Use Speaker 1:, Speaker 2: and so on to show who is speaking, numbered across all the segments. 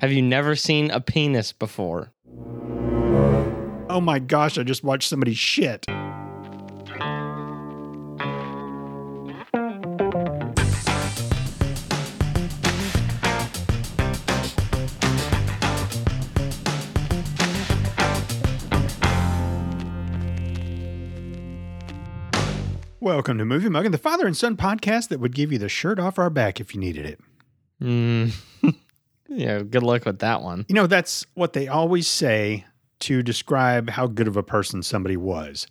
Speaker 1: Have you never seen a penis before?
Speaker 2: Oh my gosh, I just watched somebody shit. Welcome to Movie Muggin, the father and son podcast that would give you the shirt off our back if you needed it.
Speaker 1: Mm. yeah, good luck with that one.
Speaker 2: You know, that's what they always say to describe how good of a person somebody was.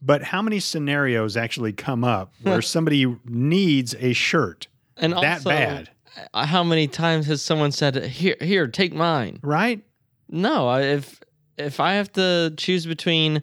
Speaker 2: But how many scenarios actually come up where somebody needs a shirt
Speaker 1: And
Speaker 2: that
Speaker 1: also,
Speaker 2: bad,
Speaker 1: uh, How many times has someone said, "Here, here, take mine"?
Speaker 2: right?
Speaker 1: No, I- if if I have to choose between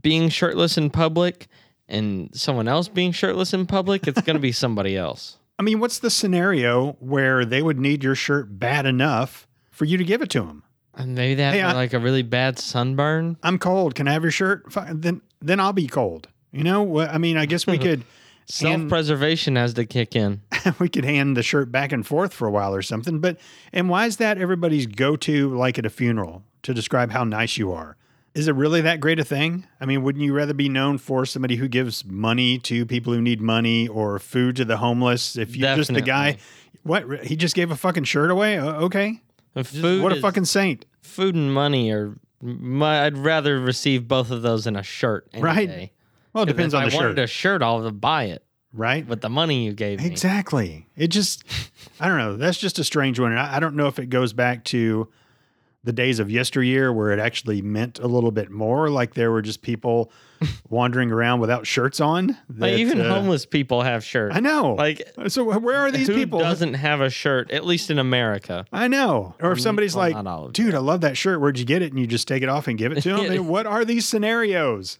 Speaker 1: being shirtless in public and someone else being shirtless in public, it's going to be somebody else.
Speaker 2: I mean, what's the scenario where they would need your shirt bad enough for you to give it to them?
Speaker 1: And maybe they have
Speaker 2: Hey, I-
Speaker 1: like a really bad sunburn.
Speaker 2: I'm cold. Can I have your shirt? Fi- Then, then I'll be cold. You know, Well, I mean, I guess we could
Speaker 1: Self preservation has to kick in.
Speaker 2: we could hand the shirt back and forth for a while or something. But and why is that everybody's go-to like at a funeral to describe how nice you are? Is it really that great a thing? I mean, wouldn't you rather be known for somebody who gives money to people who need money or food to the homeless? If you're just the guy, what he just gave a fucking shirt away? O- Okay,
Speaker 1: Food
Speaker 2: what a
Speaker 1: is-
Speaker 2: fucking saint,
Speaker 1: food and money are. My, I'd rather receive both of those in a shirt. any
Speaker 2: Right.
Speaker 1: day.
Speaker 2: Well, it
Speaker 1: 'Cause
Speaker 2: depends
Speaker 1: if
Speaker 2: on the
Speaker 1: I
Speaker 2: shirt,
Speaker 1: wanted a shirt, I'll buy it
Speaker 2: right?
Speaker 1: with the money you gave me.
Speaker 2: Exactly. It just, I don't know. That's just a strange one. And I, I don't know if it goes back to the days of yesteryear where it actually meant a little bit more. Like there were just people wandering around without shirts on.
Speaker 1: Like
Speaker 2: that,
Speaker 1: even
Speaker 2: uh,
Speaker 1: homeless people have shirts.
Speaker 2: I know. Like,
Speaker 1: Like
Speaker 2: so where are these
Speaker 1: who
Speaker 2: people?
Speaker 1: doesn't have a shirt? At least in America.
Speaker 2: I know. Or if somebody's
Speaker 1: well, not all
Speaker 2: like,
Speaker 1: of
Speaker 2: dude, I love that shirt. Where'd you get it? And you just take it off and give it to them. what are these scenarios?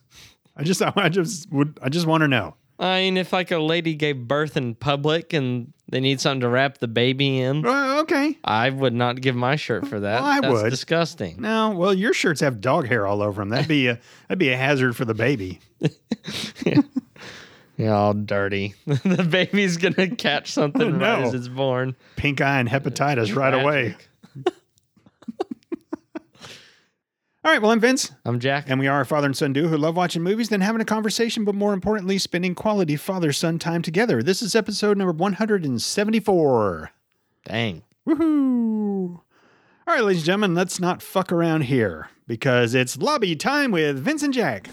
Speaker 2: I just, I just would, I just want to know.
Speaker 1: I mean, if like a lady gave birth in public and they need something to wrap the baby in,
Speaker 2: Well, okay.
Speaker 1: I would not give my shirt for that.
Speaker 2: Well, I
Speaker 1: That's
Speaker 2: would.
Speaker 1: disgusting.
Speaker 2: No, well, your shirts have dog hair all over them. That'd be a that'd be a hazard for the baby.
Speaker 1: Yeah, all dirty. the baby's gonna catch something
Speaker 2: Oh,
Speaker 1: right
Speaker 2: no.
Speaker 1: as it's born.
Speaker 2: Pink eye and hepatitis right away.
Speaker 1: Tragic.
Speaker 2: All right, well, I'm Vince,
Speaker 1: I'm Jack.
Speaker 2: and we are a father and son duo who love watching movies, then having a conversation, but more importantly, spending quality father son time together. This is episode number 174.
Speaker 1: Dang.
Speaker 2: Woohoo! All right, ladies and gentlemen, let's not fuck around here because it's lobby time with Vince and Jack.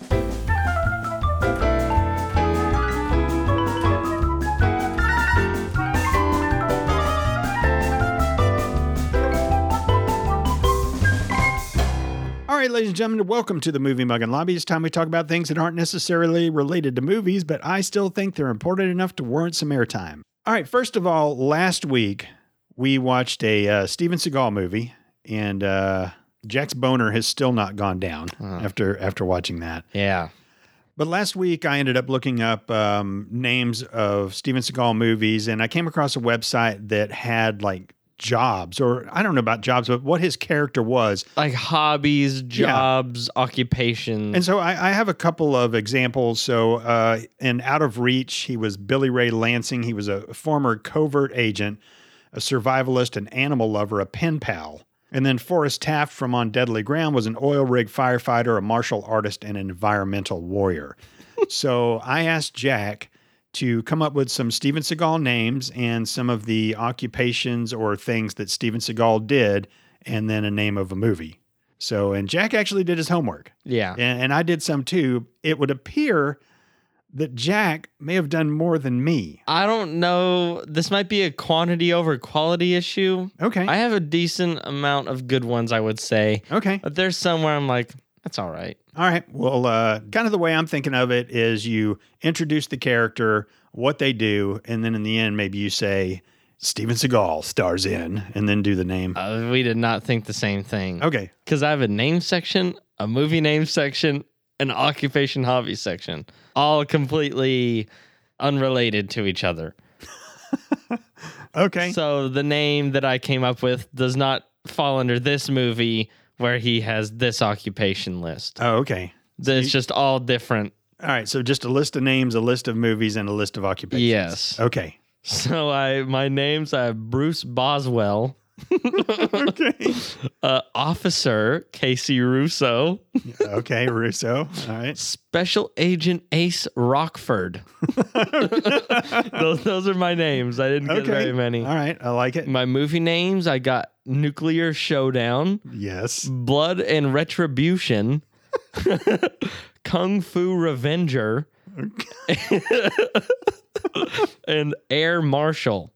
Speaker 2: All right, ladies and gentlemen, welcome to the Movie Mug and Lobby. It's time we talk about things that aren't necessarily related to movies, but I still think they're important enough to warrant some airtime. All right, first of all, last week we watched a uh, Steven Seagal movie, and uh, Jack's boner has still not gone down after after watching that.
Speaker 1: Yeah.
Speaker 2: But last week, I ended up looking up um, names of Steven Seagal movies, and I came across a website that had like jobs, or I don't know about jobs, but what his character was.
Speaker 1: Like hobbies, jobs, occupations.
Speaker 2: And so I, I have a couple of examples. So uh, in Out of Reach, he was Billy Ray Lansing. He was a former covert agent, a survivalist, an animal lover, a pen pal. And then Forrest Taft from On Deadly Ground was an oil rig firefighter, a martial artist, and an environmental warrior. so I asked Jack to come up with some Steven Seagal names and some of the occupations or things that Steven Seagal did, and then a name of a movie. So, and Jack actually did his homework
Speaker 1: yeah.
Speaker 2: and, and I did some too, it would appear that Jack may have done more than me.
Speaker 1: I don't know. This might be a quantity over quality issue.
Speaker 2: Okay.
Speaker 1: I have a decent amount of good ones, I would say.
Speaker 2: okay.
Speaker 1: But there's somewhere I'm like, that's all right.
Speaker 2: All right. Well, uh, kind of the way I'm thinking of it is you introduce the character, what they do, and then in the end, maybe you say, Steven Seagal stars in, and then do the name.
Speaker 1: Uh, we did not think the same thing.
Speaker 2: Okay.
Speaker 1: Because I have a name section, a movie name section, an occupation hobby section, all completely unrelated to each other.
Speaker 2: Okay.
Speaker 1: So the name that I came up with does not fall under this movie where he has this occupation list.
Speaker 2: oh, okay.
Speaker 1: it's just all different.
Speaker 2: All right. So just a list of names, a list of movies, and a list of occupations.
Speaker 1: Yes.
Speaker 2: Okay.
Speaker 1: So I my names I have Bruce Boswell,
Speaker 2: okay.
Speaker 1: Uh, Officer Casey Russo,
Speaker 2: Okay, Russo. All right.
Speaker 1: Special Agent Ace Rockford. Those, those are my names. I didn't get
Speaker 2: Okay.
Speaker 1: very many.
Speaker 2: All right. I like it.
Speaker 1: My movie names I got Nuclear Showdown,
Speaker 2: Yes.
Speaker 1: Blood and Retribution, Kung Fu Revenger, and Air Marshal.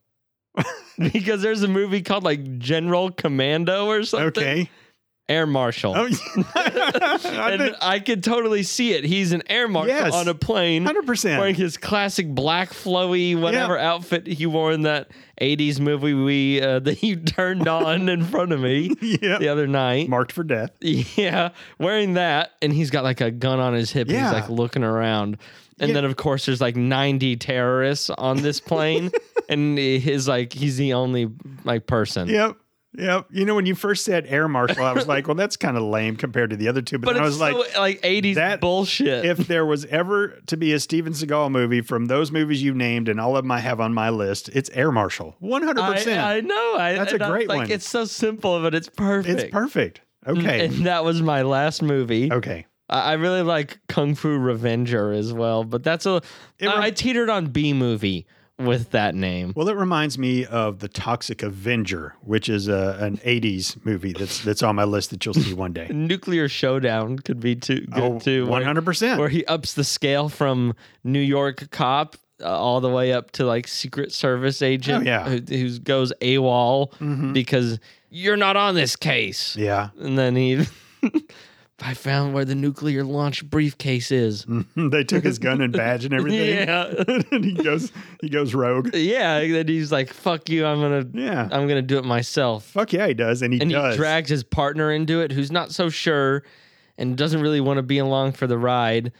Speaker 1: because there's a movie called like General Commando or something.
Speaker 2: Okay.
Speaker 1: Air Marshal.
Speaker 2: Oh, I
Speaker 1: and um,
Speaker 2: did-
Speaker 1: I could totally see it. He's an air marshal
Speaker 2: Yes.
Speaker 1: on a plane
Speaker 2: 100%.
Speaker 1: wearing his classic black flowy whatever outfit he wore in that 80s movie we uh, that you turned on in front of me
Speaker 2: yeah.
Speaker 1: the other night.
Speaker 2: Marked for death.
Speaker 1: Yeah, wearing that and he's got like a gun on his hip. and
Speaker 2: Yeah.
Speaker 1: He's like looking around. And
Speaker 2: Yeah.
Speaker 1: then of course there's like 90 terrorists on this plane and his like he's the only like person.
Speaker 2: Yep. Yep. You know, when you first said air marshal, I was like, well, that's kind of lame compared to the other two. But,
Speaker 1: But
Speaker 2: then I
Speaker 1: it's
Speaker 2: was like,
Speaker 1: so, uh, like 80s
Speaker 2: that-
Speaker 1: bullshit.
Speaker 2: if there was ever to be a Steven Seagal movie from those movies you named and all of them I have on my list, it's air marshal. 100%.
Speaker 1: I, I know. I,
Speaker 2: That's a
Speaker 1: and I was
Speaker 2: great
Speaker 1: like,
Speaker 2: one.
Speaker 1: It's so simple, but it's perfect.
Speaker 2: it's perfect. Okay.
Speaker 1: Mm, And that was my last movie.
Speaker 2: Okay.
Speaker 1: I I really like Kung Fu Revenger as well, but that's a.
Speaker 2: It
Speaker 1: I-
Speaker 2: rem-
Speaker 1: I teetered on B movie with that name.
Speaker 2: Well, it reminds me of the Toxic Avenger, which is a, an '80s movie that's that's on my list that you'll see one day. Oh,
Speaker 1: Nuclear Showdown could be too good too.
Speaker 2: one
Speaker 1: Where,
Speaker 2: hundred
Speaker 1: where
Speaker 2: percent.
Speaker 1: he ups the scale from New York cop uh, all the way up to like Secret Service agent
Speaker 2: Oh, yeah. Mm-hmm.
Speaker 1: who, who goes AWOL because you're not on this case.
Speaker 2: Yeah,
Speaker 1: And then he, I found where the nuclear launch briefcase is.
Speaker 2: they took his gun and badge and everything,
Speaker 1: Yeah,
Speaker 2: and he goes he goes rogue.
Speaker 1: yeah. And then he's like, "Fuck you! I'm gonna,
Speaker 2: Yeah,
Speaker 1: I'm gonna do it myself."
Speaker 2: fuck yeah, he does, and he
Speaker 1: Uh, And
Speaker 2: does.
Speaker 1: he drags his partner into it, who's not so sure, and doesn't really want to be along for the ride.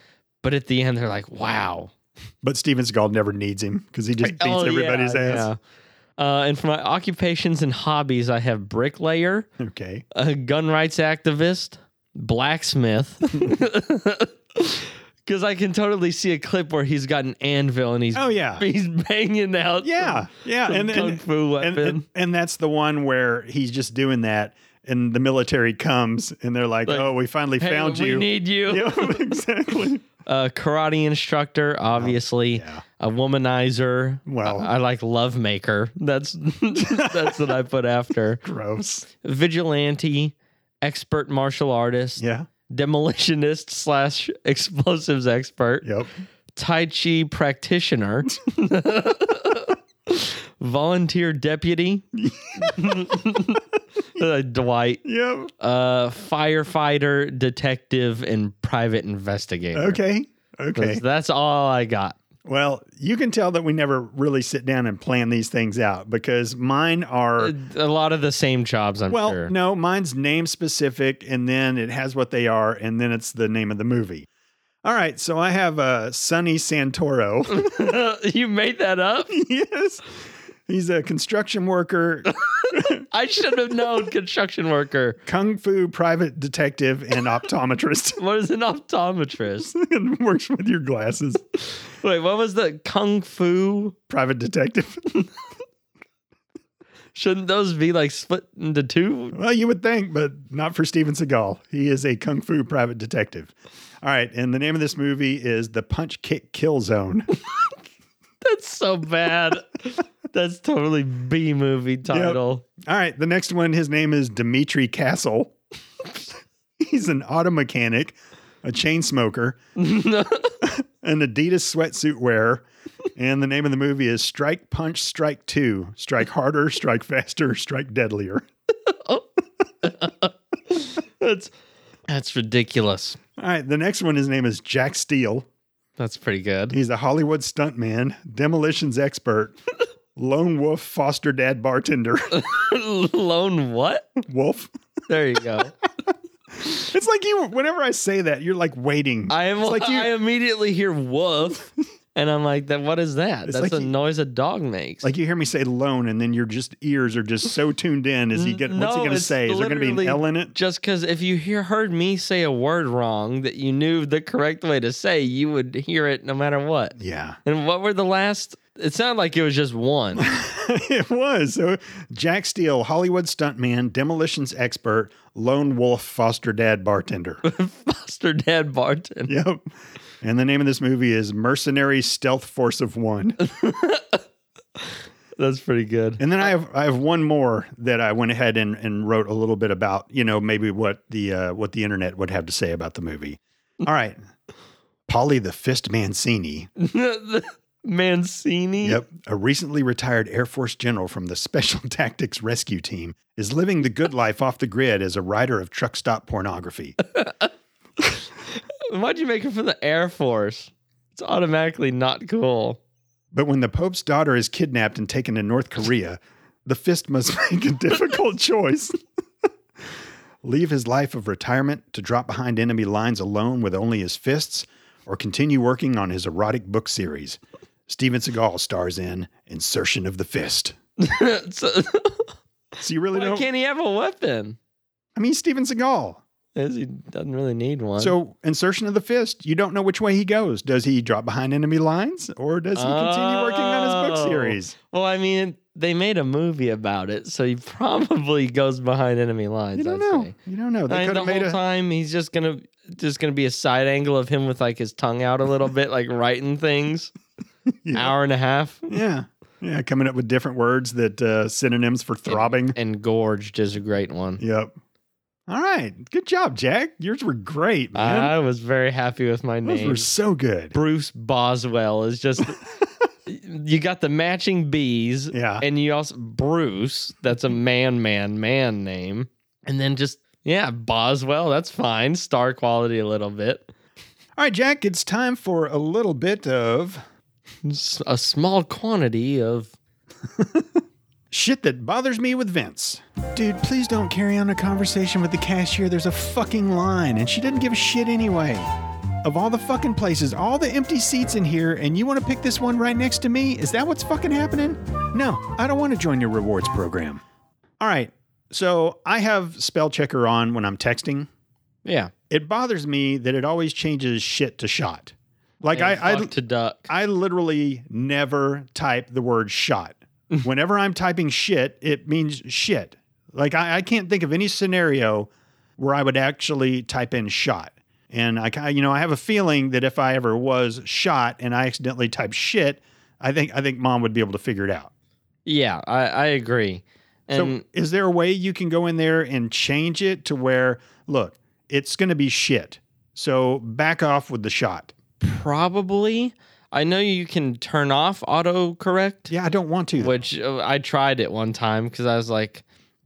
Speaker 1: But at the end, they're like, "Wow!"
Speaker 2: but Steven Seagal never needs him because he just beats
Speaker 1: Oh, yeah,
Speaker 2: everybody's ass.
Speaker 1: yeah. Uh, and for my occupations and hobbies, I have bricklayer,
Speaker 2: Okay,
Speaker 1: a gun rights activist, blacksmith. Because I can totally see a clip where he's got an anvil and he's
Speaker 2: oh yeah,
Speaker 1: he's banging out.
Speaker 2: yeah, yeah,
Speaker 1: some
Speaker 2: and
Speaker 1: kung
Speaker 2: and,
Speaker 1: fu
Speaker 2: and,
Speaker 1: weapon.
Speaker 2: and and that's the one where he's just doing that, and the military comes and they're like,
Speaker 1: Like,
Speaker 2: oh, we finally
Speaker 1: Hey,
Speaker 2: found
Speaker 1: we
Speaker 2: you.
Speaker 1: need you.
Speaker 2: yeah, exactly.
Speaker 1: A karate instructor, obviously.
Speaker 2: Oh, Yeah.
Speaker 1: A womanizer.
Speaker 2: Well.
Speaker 1: Uh, I, I like lovemaker. That's that's what I put after.
Speaker 2: Gross.
Speaker 1: Vigilante, expert martial artist,
Speaker 2: Yeah.
Speaker 1: demolitionist slash explosives expert.
Speaker 2: Yep.
Speaker 1: Tai Chi practitioner, volunteer deputy, Uh, Dwight,
Speaker 2: Yep.
Speaker 1: uh, firefighter, detective, and private investigator.
Speaker 2: Okay. Okay.
Speaker 1: That's, that's all I got.
Speaker 2: Well, you can tell that we never really sit down and plan these things out because mine are.
Speaker 1: A lot of the same jobs, I'm
Speaker 2: Well,
Speaker 1: Uh, sure.
Speaker 2: no, mine's name specific, and then it has what they are, and then it's the name of the movie. All right, so I have uh, Sonny Santoro.
Speaker 1: you made that up?
Speaker 2: yes, he's a construction worker,
Speaker 1: I should have known construction worker.
Speaker 2: kung fu private detective, and optometrist,
Speaker 1: What is an optometrist?
Speaker 2: and works with your glasses.
Speaker 1: Wait, what was the kung fu?
Speaker 2: Private detective.
Speaker 1: Shouldn't those be like split into two?
Speaker 2: Well, you would think, but not for Steven Seagal. He is a kung fu private detective. All right, and the name of this movie is The Punch Kick Kill Zone.
Speaker 1: That's so bad. That's totally B movie title.
Speaker 2: All right, the next one, his name is Dimitri Castle. He's an auto mechanic, a chain smoker, an Adidas sweatsuit wearer, and the name of the movie is Strike Punch Strike 2. Strike harder, strike faster, strike deadlier.
Speaker 1: That's that's ridiculous.
Speaker 2: All right, the next one, his name is Jack Steele.
Speaker 1: That's pretty good.
Speaker 2: He's a Hollywood stuntman, demolitions expert, lone wolf foster dad bartender.
Speaker 1: Lone what?
Speaker 2: wolf.
Speaker 1: There you go.
Speaker 2: It's like you whenever I say that, you're like waiting.
Speaker 1: I am
Speaker 2: It's like you-
Speaker 1: I immediately hear woof and I'm like, that what is that?
Speaker 2: It's
Speaker 1: That's
Speaker 2: like
Speaker 1: the
Speaker 2: you-
Speaker 1: noise a dog makes.
Speaker 2: like you hear me say lone and then your just ears are just so tuned in as you get what's he
Speaker 1: No,
Speaker 2: gonna
Speaker 1: it's
Speaker 2: say? Is there gonna be an
Speaker 1: literally-
Speaker 2: L in it?
Speaker 1: just because if you hear heard me say a word wrong that you knew the correct way to say, you would hear it no matter what.
Speaker 2: Yeah.
Speaker 1: And what were the last It sounded like it was just one.
Speaker 2: it was. So Jack Steele, Hollywood stuntman, demolitions expert, lone wolf foster dad bartender.
Speaker 1: Foster dad bartender.
Speaker 2: yep. And the name of this movie is Mercenary Stealth Force of One.
Speaker 1: That's pretty good.
Speaker 2: And then I have I have one more that I went ahead and, and wrote a little bit about, you know, maybe what the uh, what the internet would have to say about the movie. All right. Polly the Fist Mancini.
Speaker 1: Mancini.
Speaker 2: Yep. A recently retired Air Force general from the Special Tactics Rescue Team is living the good life off the grid as a writer of truck stop pornography.
Speaker 1: Why'd you make it for the Air Force? It's automatically not cool.
Speaker 2: But when the Pope's daughter is kidnapped and taken to North Korea, the fist must make a difficult choice. Leave his life of retirement to drop behind enemy lines alone with only his fists, or continue working on his erotic book series. Steven Seagal stars in Insertion of the Fist.
Speaker 1: so,
Speaker 2: So you really
Speaker 1: why
Speaker 2: don't?
Speaker 1: can't he have a weapon?
Speaker 2: I mean, Steven Seagal.
Speaker 1: Is He doesn't really need one.
Speaker 2: So insertion of the fist, you don't know which way he goes. Does he drop behind enemy lines or does he continue working on his
Speaker 1: Oh.
Speaker 2: book series?
Speaker 1: well, I mean, they made a movie about it, so he probably goes behind enemy lines.
Speaker 2: You don't
Speaker 1: I'd
Speaker 2: know.
Speaker 1: say.
Speaker 2: You don't know. They
Speaker 1: I mean,
Speaker 2: could
Speaker 1: the
Speaker 2: have made
Speaker 1: whole
Speaker 2: a
Speaker 1: time he's just gonna just gonna be a side angle of him with like his tongue out a little bit, like writing things.
Speaker 2: Yeah.
Speaker 1: Hour and a half.
Speaker 2: yeah. Yeah, coming up with different words that uh, synonyms for throbbing.
Speaker 1: Engorged is a great one.
Speaker 2: Yep. All right. Good job, Jack. Yours were great, man.
Speaker 1: I was very happy with my
Speaker 2: Those
Speaker 1: name.
Speaker 2: were so good.
Speaker 1: Bruce Boswell is just you got the matching bees
Speaker 2: Yeah.
Speaker 1: and you also Bruce, that's a man man man name. And then just yeah, Boswell, that's fine. Star quality a little bit.
Speaker 2: All right, Jack, it's time for a little bit of
Speaker 1: S- A small quantity of
Speaker 2: Shit that bothers me with Vince. Dude, please don't carry on a conversation with the cashier. There's a fucking line, and she doesn't give a shit anyway. Of all the fucking places, all the empty seats in here, and you want to pick this one right next to me? Is that what's fucking happening? No, I don't want to join your rewards program. All right, so I have spell checker on when I'm texting.
Speaker 1: yeah.
Speaker 2: It bothers me that it always changes shit to shot. Like
Speaker 1: and
Speaker 2: I, I
Speaker 1: fuck to duck.
Speaker 2: I literally never type the word shot. Whenever I'm typing shit, it means shit. Like I, I can't think of any scenario where I would actually type in shot. And I, ki- you know, I have a feeling that if I ever was shot and I accidentally typed shit, I think I think mom would be able to figure it out.
Speaker 1: Yeah, I, I agree. And
Speaker 2: so, is there a way you can go in there and change it to where, look, it's going to be shit. So back off with the shot.
Speaker 1: probably I know you can turn off autocorrect.
Speaker 2: Yeah, I don't want to. though.
Speaker 1: which uh, I tried it one time because I was like,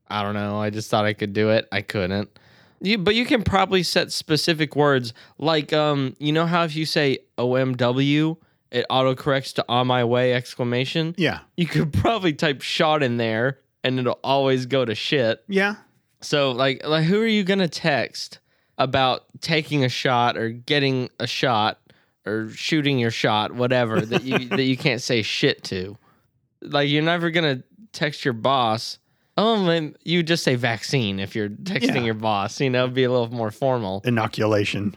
Speaker 1: I don't know, I just thought I could do it. I couldn't. You, but you can probably set specific words like, um, you know how if you say OMW, it autocorrects to on my way exclamation.
Speaker 2: Yeah,
Speaker 1: You could probably type shot in there, and it'll always go to shit.
Speaker 2: yeah.
Speaker 1: So like, like who are you gonna text about taking a shot or getting a shot or shooting your shot, whatever that you that you can't say shit to? Like you're never gonna text your boss. Oh, man, you just say vaccine if you're texting
Speaker 2: Yeah.
Speaker 1: your boss. You know, be a little more formal.
Speaker 2: Inoculation.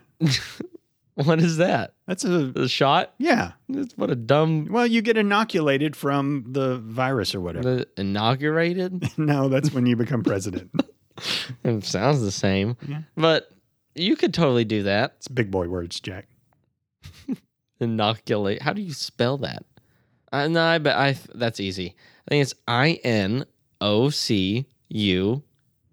Speaker 1: What is that?
Speaker 2: That's a
Speaker 1: The shot?
Speaker 2: yeah.
Speaker 1: That's- What a dumb.
Speaker 2: Well, you get inoculated from the virus or whatever.
Speaker 1: The inaugurated?
Speaker 2: no, that's when you become president.
Speaker 1: it sounds the same,
Speaker 2: Yeah.
Speaker 1: but you could totally do that.
Speaker 2: It's big boy words, Jack.
Speaker 1: Inoculate. How do you spell that? Uh, no, I bet I. That's easy. I think it's I N O C U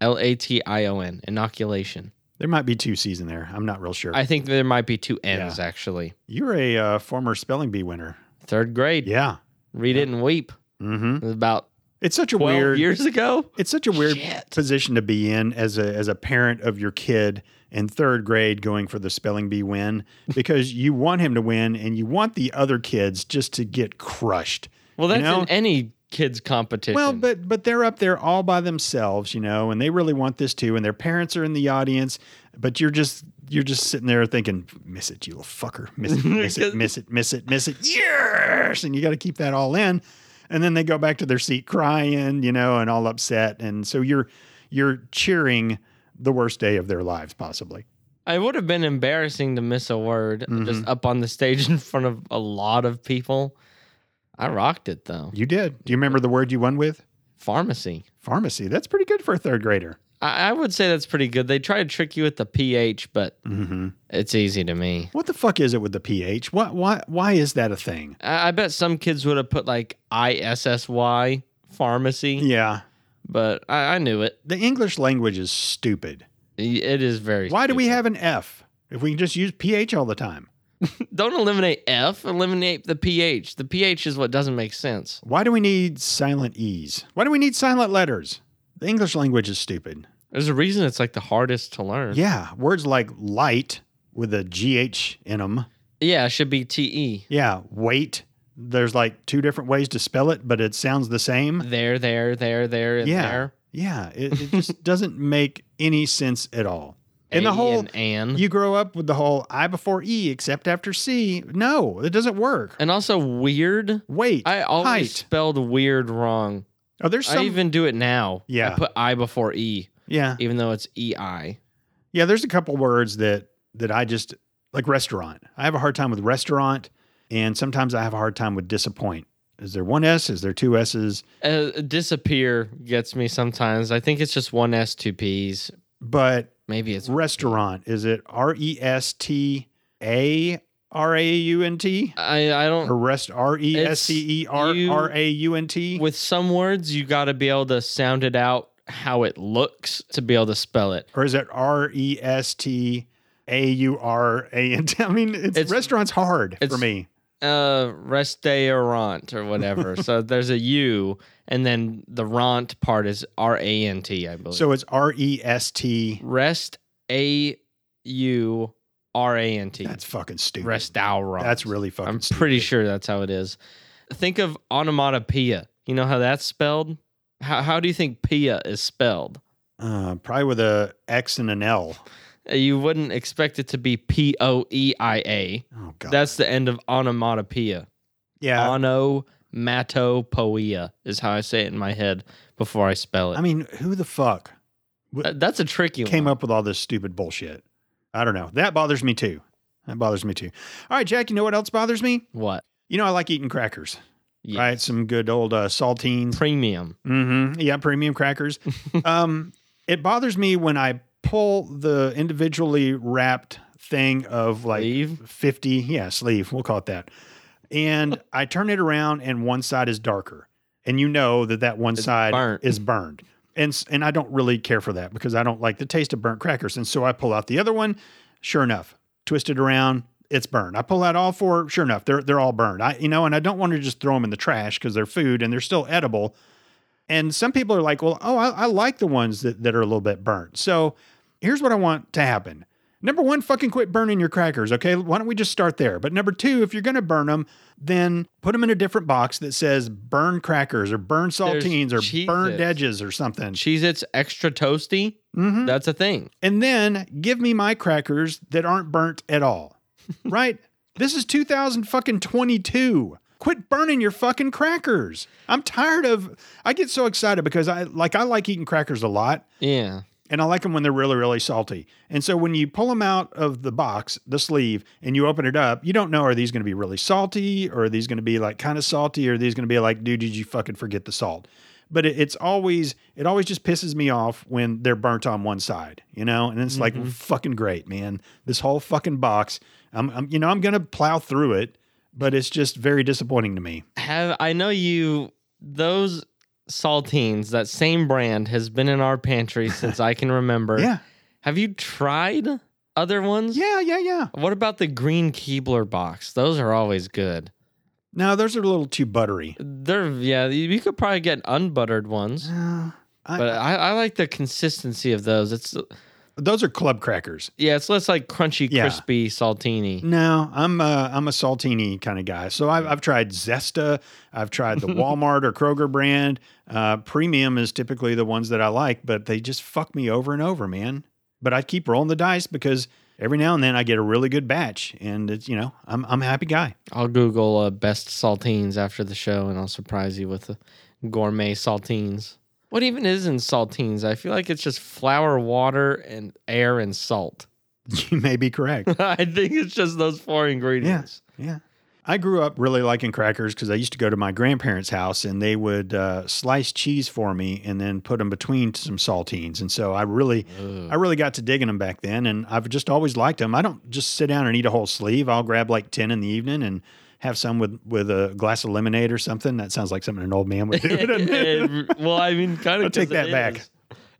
Speaker 1: L A T I O N. Inoculation.
Speaker 2: There might be two C's in there. I'm not real sure.
Speaker 1: I think there might be two N's actually.
Speaker 2: You're a uh, former spelling bee winner.
Speaker 1: Third grade.
Speaker 2: Yeah.
Speaker 1: Read it and weep.
Speaker 2: Mm-hmm.
Speaker 1: It was about
Speaker 2: It's such a
Speaker 1: twelve
Speaker 2: weird.
Speaker 1: years ago.
Speaker 2: It's such a weird
Speaker 1: Shit.
Speaker 2: position to be in as a as a parent of your kid in third grade going for the spelling bee win because you want him to win and you want the other kids just to get crushed.
Speaker 1: Well, that's
Speaker 2: know?
Speaker 1: in any kids competition.
Speaker 2: Well, but but they're up there all by themselves, you know, and they really want this too, and their parents are in the audience, but you're just you're just sitting there thinking, miss it, you little fucker, miss it, miss it, miss it, miss it, miss it, yes, and you got to keep that all in, and then they go back to their seat crying, you know, and all upset, and so you're you're cheering the worst day of their lives possibly.
Speaker 1: I would have been
Speaker 2: Mm-hmm.
Speaker 1: embarrassing to miss a word just up on the stage in front of a lot of people. I rocked it though.
Speaker 2: You did. Do you remember the word you won with?
Speaker 1: Pharmacy.
Speaker 2: Pharmacy. That's pretty good for a third grader.
Speaker 1: I, I would say that's pretty good. They try to trick you with the pH, but
Speaker 2: Mm-hmm.
Speaker 1: it's easy to me.
Speaker 2: What the fuck is it with the pH? Why, why, why is that a thing?
Speaker 1: I, I bet some kids would have put like ISSY pharmacy,
Speaker 2: Yeah.
Speaker 1: but I, I knew it.
Speaker 2: The English language is stupid.
Speaker 1: It is very.
Speaker 2: Why do we
Speaker 1: stupid.
Speaker 2: have an F if we can just use pH all the time?
Speaker 1: Don't eliminate F. Eliminate the pH. The pH is what doesn't make sense.
Speaker 2: Why do we need silent E's? Why do we need silent letters? The English language is stupid.
Speaker 1: There's a reason it's like the hardest to learn.
Speaker 2: Yeah, words like light with a GH in them.
Speaker 1: Yeah, it should be E. TE.
Speaker 2: Yeah, weight. There's like two different ways to spell it, but it sounds the same.
Speaker 1: There, there, there, there, and
Speaker 2: Yeah.
Speaker 1: there.
Speaker 2: Yeah, it, it just doesn't make any sense at all. And
Speaker 1: A
Speaker 2: the whole,
Speaker 1: and, and.
Speaker 2: you grow up with the whole I before E except after C. No, it doesn't work.
Speaker 1: and also weird.
Speaker 2: Weight,
Speaker 1: I always
Speaker 2: height.
Speaker 1: spelled weird wrong.
Speaker 2: Oh, there's some.
Speaker 1: I even do it now.
Speaker 2: Yeah.
Speaker 1: I put I before E,
Speaker 2: yeah,
Speaker 1: even though it's E I.
Speaker 2: Yeah, there's a couple words that that I just like restaurant. I have a hard time with restaurant, and sometimes I have a hard time with disappoint. Is there one S? Is there two S's?
Speaker 1: Uh, disappear gets me sometimes. I think it's just one S, two P's.
Speaker 2: But
Speaker 1: Maybe it's.
Speaker 2: restaurant is it R E S T A R A U N T
Speaker 1: I, I don't.
Speaker 2: or rest R E S C E R
Speaker 1: you-
Speaker 2: R A U N T?
Speaker 1: With some words, you got to be able to sound it out how it looks to be able to spell it.
Speaker 2: Or is it R E S T A U R A N T? I mean, it's,
Speaker 1: It's-
Speaker 2: restaurant's hard for
Speaker 1: it's-
Speaker 2: me.
Speaker 1: uh restaurant or whatever. so there's a U and then the rant part is R A N T, I believe.
Speaker 2: So it's R E S T.
Speaker 1: rest A U R A N T.
Speaker 2: That's fucking stupid.
Speaker 1: restaurant.
Speaker 2: That's really fucking.
Speaker 1: I'm
Speaker 2: stupid.
Speaker 1: pretty sure that's how it is. Think of onomatopoeia. You know how that's spelled? How how do you think pia is spelled?
Speaker 2: Uh, probably with a X and an L.
Speaker 1: Uh, You wouldn't expect it to be P O E I A.
Speaker 2: Oh God.
Speaker 1: That's the end of onomatopoeia.
Speaker 2: yeah.
Speaker 1: onomatopoeia is how I say it in my head before I spell it.
Speaker 2: I mean, who the fuck
Speaker 1: Uh, that's a tricky
Speaker 2: came
Speaker 1: one.
Speaker 2: up with all this stupid bullshit? I don't know. That bothers me too. That bothers me too. All right, Jack. You know what else bothers me?
Speaker 1: What?
Speaker 2: You know I like eating crackers.
Speaker 1: Yes.
Speaker 2: Right. Some good old uh, saltines.
Speaker 1: Premium.
Speaker 2: Mm-hmm. Yeah, premium crackers. um, it bothers me when I pull the individually wrapped thing of like
Speaker 1: Leave.
Speaker 2: 50, yeah, sleeve, we'll call it that. And I turn it around and one side is darker. And you know that that one side
Speaker 1: burnt.
Speaker 2: is burned. And s- and I don't really care for that because I don't like the taste of burnt crackers. And so I pull out the other one, sure enough, twist it around, it's burned. I pull out all four, sure enough, they're they're all burned. I you know, and I don't want to just throw them in the trash because they're food and they're still edible. And some people are like, well, oh, I, I like the ones that, that are a little bit burnt. So here's what I want to happen. Number one, fucking quit burning your crackers, okay? Why don't we just start there? But number two, if you're gonna burn them, then put them in a different box that says burn crackers or burn saltines or
Speaker 1: Cheez-Its.
Speaker 2: burned edges or something.
Speaker 1: Cheez It's extra toasty.
Speaker 2: Mhm.
Speaker 1: That's a thing.
Speaker 2: And then give me my crackers that aren't burnt at all, right? This is 2000 fucking 22. Quit burning your fucking crackers. I'm tired of. I get so excited because I like I like eating crackers a lot
Speaker 1: Yeah.
Speaker 2: and I like them when they're really, really salty. And so when you pull them out of the box, the sleeve, and you open it up, you don't know are these going to be really salty or are these going to be like kind of salty or are these going to be like, dude, did you fucking forget the salt? But it, it's always, it always just pisses me off when they're burnt on one side, you know? And it's like, fucking great, man. This whole fucking box, I'm, I'm you know, I'm going to plow through it, but it's just very disappointing to me.
Speaker 1: Have I know you those saltines, that same brand has been in our pantry since I can remember.
Speaker 2: Yeah.
Speaker 1: Have you tried other ones?
Speaker 2: Yeah. Yeah. Yeah.
Speaker 1: What about the green Keebler box? Those are always good.
Speaker 2: No, those are a little too buttery.
Speaker 1: They're yeah, you you could probably get unbuttered ones.
Speaker 2: Uh, I-
Speaker 1: But I, I like the consistency of those. It's
Speaker 2: those are club crackers.
Speaker 1: yeah, it's less like crunchy,
Speaker 2: Yeah.
Speaker 1: crispy saltini.
Speaker 2: No, I'm a, I'm a saltini kind of guy. So I've, I've tried Zesta. I've tried the Walmart or Kroger brand. Uh, premium is typically the ones that I like, but they just fuck me over and over, man. But I keep rolling the dice because every now and then I get a really good batch, and it's you know I'm I'm a happy guy.
Speaker 1: I'll Google uh, best saltines after the show, and I'll surprise you with the gourmet saltines. What even is in saltines? I feel like it's just flour, water, and air and salt.
Speaker 2: You may be correct.
Speaker 1: I think it's just those four ingredients.
Speaker 2: Yeah. I grew up really liking crackers because I used to go to my grandparents' house and they would uh, slice cheese for me and then put them between some saltines. And so I really, I really got to digging them back then. And I've just always liked them. I don't just sit down and eat a whole sleeve. I'll grab like ten in the evening and have some with with a glass of lemonade or something. That sounds like something an old man would do. doesn't it?
Speaker 1: And- well, I mean, kind of.
Speaker 2: I'll take that back. Mm.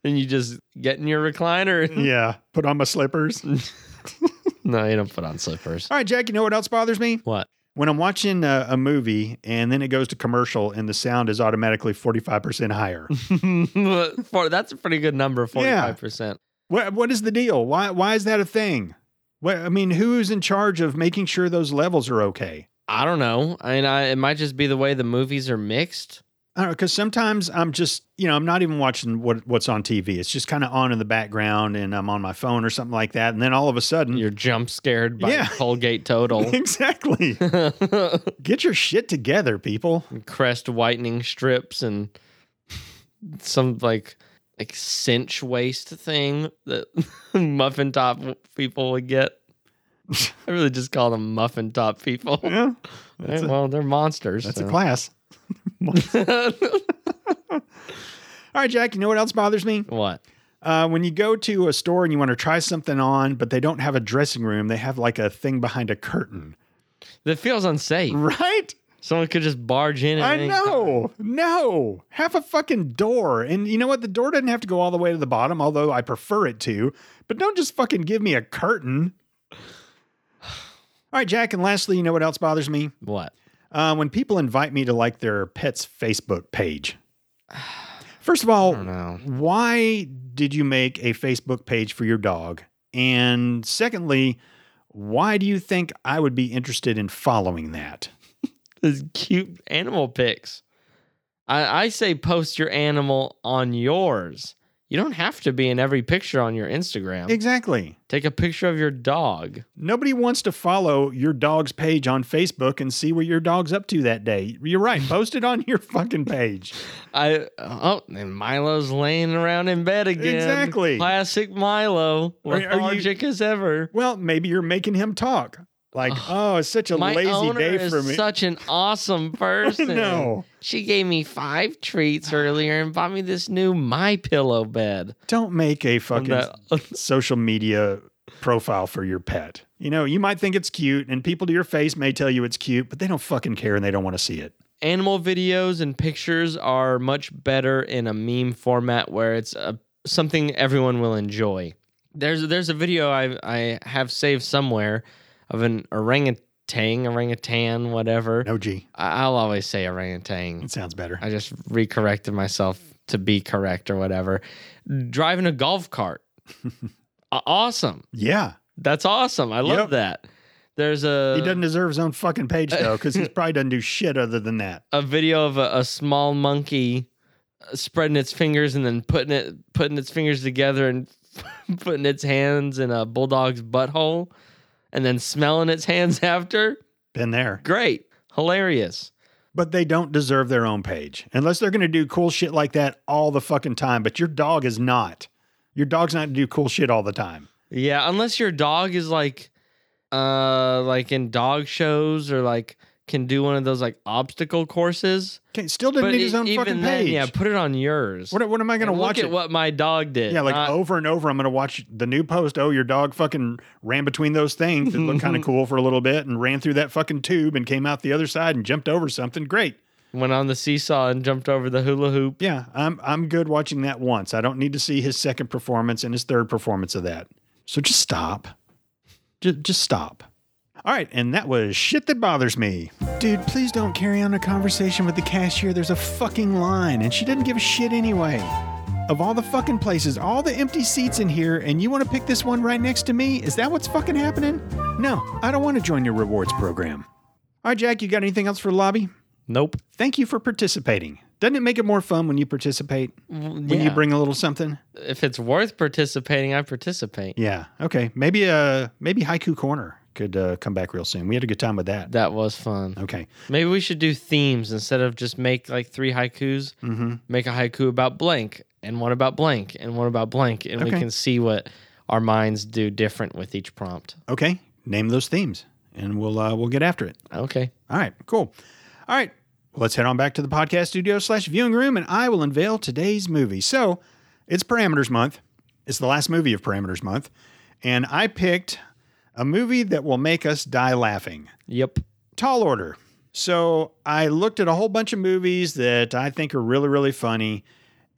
Speaker 1: And you just get in your recliner. And,
Speaker 2: yeah, put on my slippers.
Speaker 1: no, you don't put on slippers.
Speaker 2: All right, Jack. You know what else bothers me?
Speaker 1: What?
Speaker 2: when I'm watching a, a movie and then it goes to commercial and the sound is automatically 45% higher.
Speaker 1: For, that's a pretty good number,
Speaker 2: Yeah.
Speaker 1: forty-five percent.
Speaker 2: what, what is the deal? Why, why is that a thing? What, I mean, who's in charge of making sure those levels are okay?
Speaker 1: I don't know. I mean, I, it might just be the way the movies are mixed.
Speaker 2: I don't know, because sometimes I'm just, you know, I'm not even watching what, what's on TV. It's just kind of on in the background and I'm on my phone or something like that. And then all of a sudden,
Speaker 1: You're jump scared by
Speaker 2: Mm. Yeah.
Speaker 1: Colgate Total,
Speaker 2: exactly. Get your shit together, people.
Speaker 1: crest whitening strips, and some like like cinch waist thing that muffin top people would get. I really just call them muffin top people.
Speaker 2: Yeah. That's,
Speaker 1: Hey,
Speaker 2: a,
Speaker 1: well, they're monsters.
Speaker 2: that's a
Speaker 1: so.
Speaker 2: class. All right, Jack, you know what else bothers me?
Speaker 1: what?
Speaker 2: Uh, when you go to a store and you want to try something on, but they don't have a dressing room, they have like a thing behind a curtain,
Speaker 1: That feels unsafe.
Speaker 2: right?
Speaker 1: Someone could just barge in. At
Speaker 2: I
Speaker 1: any
Speaker 2: know, no, have a fucking door, and you know what? The door doesn't have to go all the way to the bottom, although I prefer it to. But don't just fucking give me a curtain. All right, Jack, and lastly, you know what else bothers me?
Speaker 1: time. What?
Speaker 2: Uh, when people invite me to like their pet's Facebook page. First of all,
Speaker 1: I don't know.
Speaker 2: why did you make a Facebook page for your dog? And secondly, why do you think I would be interested in following that?
Speaker 1: These cute animal pics. I, I say post your animal on yours. You don't have to be in every picture on your Instagram.
Speaker 2: Exactly.
Speaker 1: Take a picture of your dog.
Speaker 2: Nobody wants to follow your dog's page on Facebook and see what your dog's up to that day. You're right. Post it on your fucking page.
Speaker 1: I oh, and Milo's laying around in bed again.
Speaker 2: Exactly.
Speaker 1: Classic Milo,
Speaker 2: Are- are you-
Speaker 1: lethargic as ever.
Speaker 2: Well, maybe you're making him talk. Like, oh, it's such a
Speaker 1: My
Speaker 2: lazy
Speaker 1: owner
Speaker 2: day
Speaker 1: is
Speaker 2: for me.
Speaker 1: such an awesome person.
Speaker 2: no,
Speaker 1: She gave me five treats earlier and bought me this new My Pillow bed.
Speaker 2: don't make a
Speaker 1: And
Speaker 2: fucking
Speaker 1: that-
Speaker 2: social media profile for your pet. You know, you might think it's cute, and people to your face may tell you it's cute, but they don't fucking care and they don't want to see it.
Speaker 1: animal videos and pictures are much better in a meme format where it's a, something everyone will enjoy. There's there's a video I I have saved somewhere of an orangutan, orangutan, whatever.
Speaker 2: No, G.
Speaker 1: I, I'll always say orangutan.
Speaker 2: It sounds better.
Speaker 1: I just recorrected myself to be correct or whatever. Driving a golf cart. A- awesome.
Speaker 2: Yeah.
Speaker 1: That's awesome. I love
Speaker 2: Yep.
Speaker 1: that. There's a
Speaker 2: He doesn't deserve his own fucking page, though, because he probably doesn't do shit other than that.
Speaker 1: a video of a, a small monkey spreading its fingers and then putting it putting its fingers together and putting its hands in a bulldog's butthole and then smelling its hands after.
Speaker 2: Been there.
Speaker 1: Great. Hilarious.
Speaker 2: But they don't deserve their own page unless they're going to do cool shit like that all the fucking time. But your dog is not. Your dog's not to do cool shit all the time.
Speaker 1: Yeah, unless your dog is like uh like in dog shows or like can do one of those like obstacle courses.
Speaker 2: Okay, still doesn't need his
Speaker 1: e-
Speaker 2: own fucking
Speaker 1: then,
Speaker 2: page.
Speaker 1: yeah, put it on yours.
Speaker 2: what, what am I going to
Speaker 1: And look
Speaker 2: watch
Speaker 1: at
Speaker 2: it?
Speaker 1: what uh, my dog did.
Speaker 2: Yeah, like oh.
Speaker 1: not-
Speaker 2: over and over, I'm going to watch the new post. Oh, your dog fucking ran between those things that looked kind of cool for a little bit and ran through that fucking tube and came out the other side and jumped over something. Great.
Speaker 1: went on the seesaw and jumped over the hula hoop.
Speaker 2: Yeah, I'm I'm good watching that once. I don't need to see his second performance and his third performance of that. So just stop. Just just stop. All right, and that was shit that bothers me. Dude, please don't carry on a conversation with the cashier. There's a fucking line and she doesn't give a shit anyway. Of all the fucking places, all the empty seats in here, and you want to pick this one right next to me? Is that what's fucking happening? No, I don't want to join your rewards program. All right, Jack, you got anything else for lobby?
Speaker 1: Nope.
Speaker 2: Thank you for participating. Doesn't it make it more fun when you participate? When you bring a little something?
Speaker 1: if it's worth participating, I participate.
Speaker 2: Yeah. Okay. Maybe uh maybe Haiku Corner could uh, come back real soon. We had a good time with that.
Speaker 1: That was fun.
Speaker 2: Okay.
Speaker 1: Maybe we should do themes instead of just make like three haikus.
Speaker 2: Mm-hmm.
Speaker 1: Make a haiku about blank and one about blank and one about blank, and we
Speaker 2: Okay.
Speaker 1: can see what our minds do different with each prompt.
Speaker 2: Okay. Name those themes. and we'll uh, we'll get after it.
Speaker 1: Okay.
Speaker 2: All right, cool. All right, let's head on back to the podcast studio slash viewing room, and I will unveil today's movie. So it's Parameters Month. It's the last movie of Parameters Month, and I picked a movie that will make us die laughing.
Speaker 1: Yep.
Speaker 2: Tall Order. So I looked at a whole bunch of movies that I think are really really funny,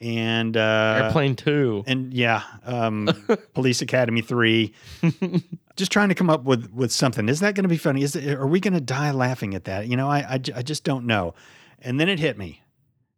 Speaker 2: and uh,
Speaker 1: Airplane two.
Speaker 2: and yeah, um, Police Academy three. just trying to come up with with something. Is that going to be funny? Is it, are we going to die laughing at that? You know, I, I ju- I just don't know. And then it hit me,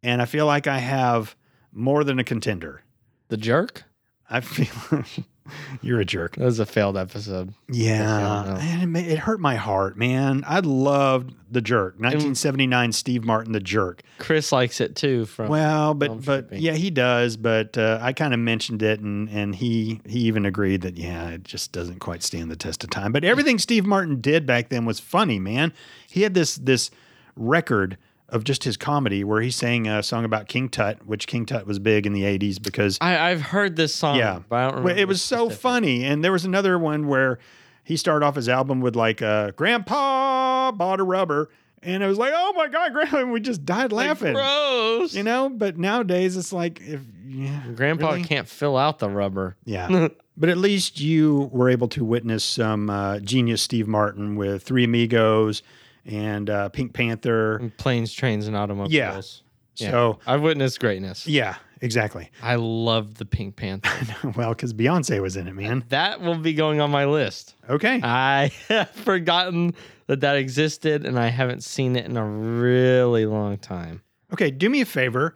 Speaker 2: and I feel like I have more than a contender.
Speaker 1: The jerk.
Speaker 2: I feel you're a jerk.
Speaker 1: That was a failed episode. don't
Speaker 2: Yeah,
Speaker 1: know.
Speaker 2: and it, ma- it hurt my heart, man. I loved the jerk, 1979 Steve Martin, the jerk.
Speaker 1: Chris likes it too. From
Speaker 2: Well,
Speaker 1: Tom
Speaker 2: but but
Speaker 1: Shippey.
Speaker 2: yeah, he does. But uh, I kind of mentioned it, and and he he even agreed that yeah, it just doesn't quite stand the test of time. But everything Steve Martin did back then was funny, man. He had this this record of just his comedy where he sang a song about King Tut, which King Tut was big in the '80s because
Speaker 1: I, I've heard this song.
Speaker 2: Yeah.
Speaker 1: but I don't
Speaker 2: well,
Speaker 1: remember.
Speaker 2: it was so
Speaker 1: specific.
Speaker 2: funny. And there was another one where he started off his album with like uh, "Grandpa bought a rubber," and it was like, "Oh my God, Grandpa!" And we just died
Speaker 1: Like,
Speaker 2: laughing.
Speaker 1: gross.
Speaker 2: You know, but nowadays it's like if yeah,
Speaker 1: Grandpa
Speaker 2: really?
Speaker 1: can't fill out the rubber.
Speaker 2: yeah. but at least you were able to witness some uh, genius Steve Martin with Three Amigos and uh, Pink Panther.
Speaker 1: in Planes, trains, and automobiles. Mm, Yeah.
Speaker 2: So
Speaker 1: I've witnessed greatness.
Speaker 2: yeah, exactly.
Speaker 1: I love the Pink Panther.
Speaker 2: well, because Beyonce was in it, man.
Speaker 1: that will be going on my list.
Speaker 2: Okay,
Speaker 1: I have forgotten that that existed, and I haven't seen it in a really long time.
Speaker 2: okay. Do me a favor,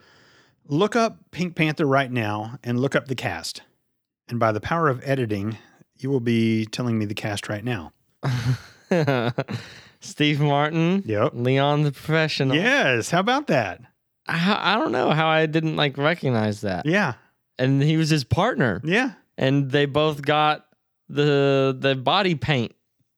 Speaker 2: look up Pink Panther right now and look up the cast. And by the power of editing, you will be telling me the cast right now.
Speaker 1: Steve Martin,
Speaker 2: Yep.
Speaker 1: Leon the Professional.
Speaker 2: Yes. How about that?
Speaker 1: I, I don't know how I didn't like recognize that.
Speaker 2: Yeah.
Speaker 1: And he was his partner,
Speaker 2: Yeah.
Speaker 1: and they both got the the body paint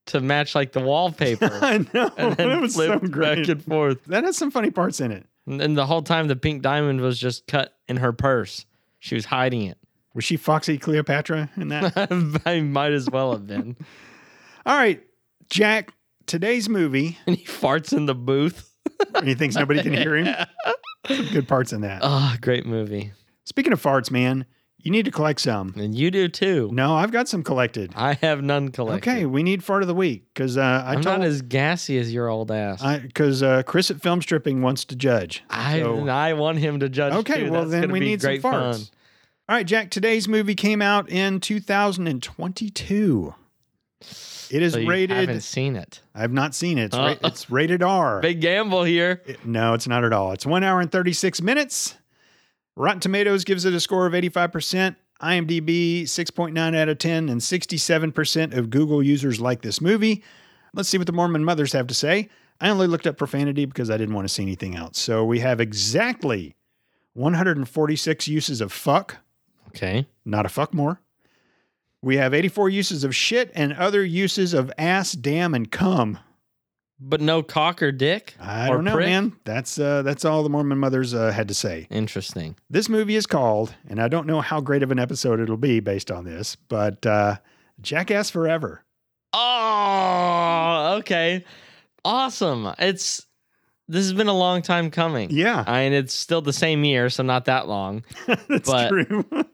Speaker 1: to match like the wallpaper.
Speaker 2: I know.
Speaker 1: and then
Speaker 2: That was so
Speaker 1: flipped
Speaker 2: great.
Speaker 1: back and forth.
Speaker 2: That has some funny parts in it.
Speaker 1: And, and the whole time, the pink diamond was just cut in her purse. She was hiding it.
Speaker 2: Was she Foxy Cleopatra in that?
Speaker 1: I might as well have been.
Speaker 2: All right, Jack. Today's movie.
Speaker 1: and he farts in the booth.
Speaker 2: He thinks nobody can hear him. Some good parts in that.
Speaker 1: Oh, great movie.
Speaker 2: Speaking of farts, man, you need to collect some.
Speaker 1: And you do too.
Speaker 2: No, I've got some collected.
Speaker 1: I have none collected.
Speaker 2: Okay, we need fart of the week because uh, I
Speaker 1: I'm
Speaker 2: told
Speaker 1: not as gassy as your old ass. I,
Speaker 2: because uh, Chris at Film Stripping wants to judge. so-
Speaker 1: I want him to judge.
Speaker 2: Okay,
Speaker 1: too.
Speaker 2: well
Speaker 1: That's
Speaker 2: then
Speaker 1: gonna
Speaker 2: we
Speaker 1: be
Speaker 2: need some
Speaker 1: great
Speaker 2: farts.
Speaker 1: fun.
Speaker 2: All right, Jack. Today's movie came out in 2022. It is
Speaker 1: So you
Speaker 2: rated.
Speaker 1: haven't seen it.
Speaker 2: I've not seen it. It's, ra-
Speaker 1: Uh,
Speaker 2: it's rated R.
Speaker 1: Big gamble here.
Speaker 2: It- no, it's not at all. It's one hour and 36 minutes. Rotten Tomatoes gives it a score of 85%. IMDb 6.9 out of 10, and 67% of Google users like this movie. Let's see what the Mormon mothers have to say. I only looked up profanity because I didn't want to see anything else. So we have exactly 146 uses of fuck,
Speaker 1: Okay.
Speaker 2: not a fuck more. We have 84 uses of shit and other uses of ass, damn, and cum.
Speaker 1: But no cock or dick?
Speaker 2: I
Speaker 1: or
Speaker 2: don't know,
Speaker 1: prick?
Speaker 2: man. That's uh, that's all the Mormon mothers uh, had to say.
Speaker 1: Interesting.
Speaker 2: This movie is called, and I don't know how great of an episode it'll be based on this, but uh, Jackass Forever.
Speaker 1: Oh, okay. Awesome. It's this has been a long time coming.
Speaker 2: Yeah,
Speaker 1: I mean, it's still the same year, so not that long.
Speaker 2: that's
Speaker 1: But-
Speaker 2: true.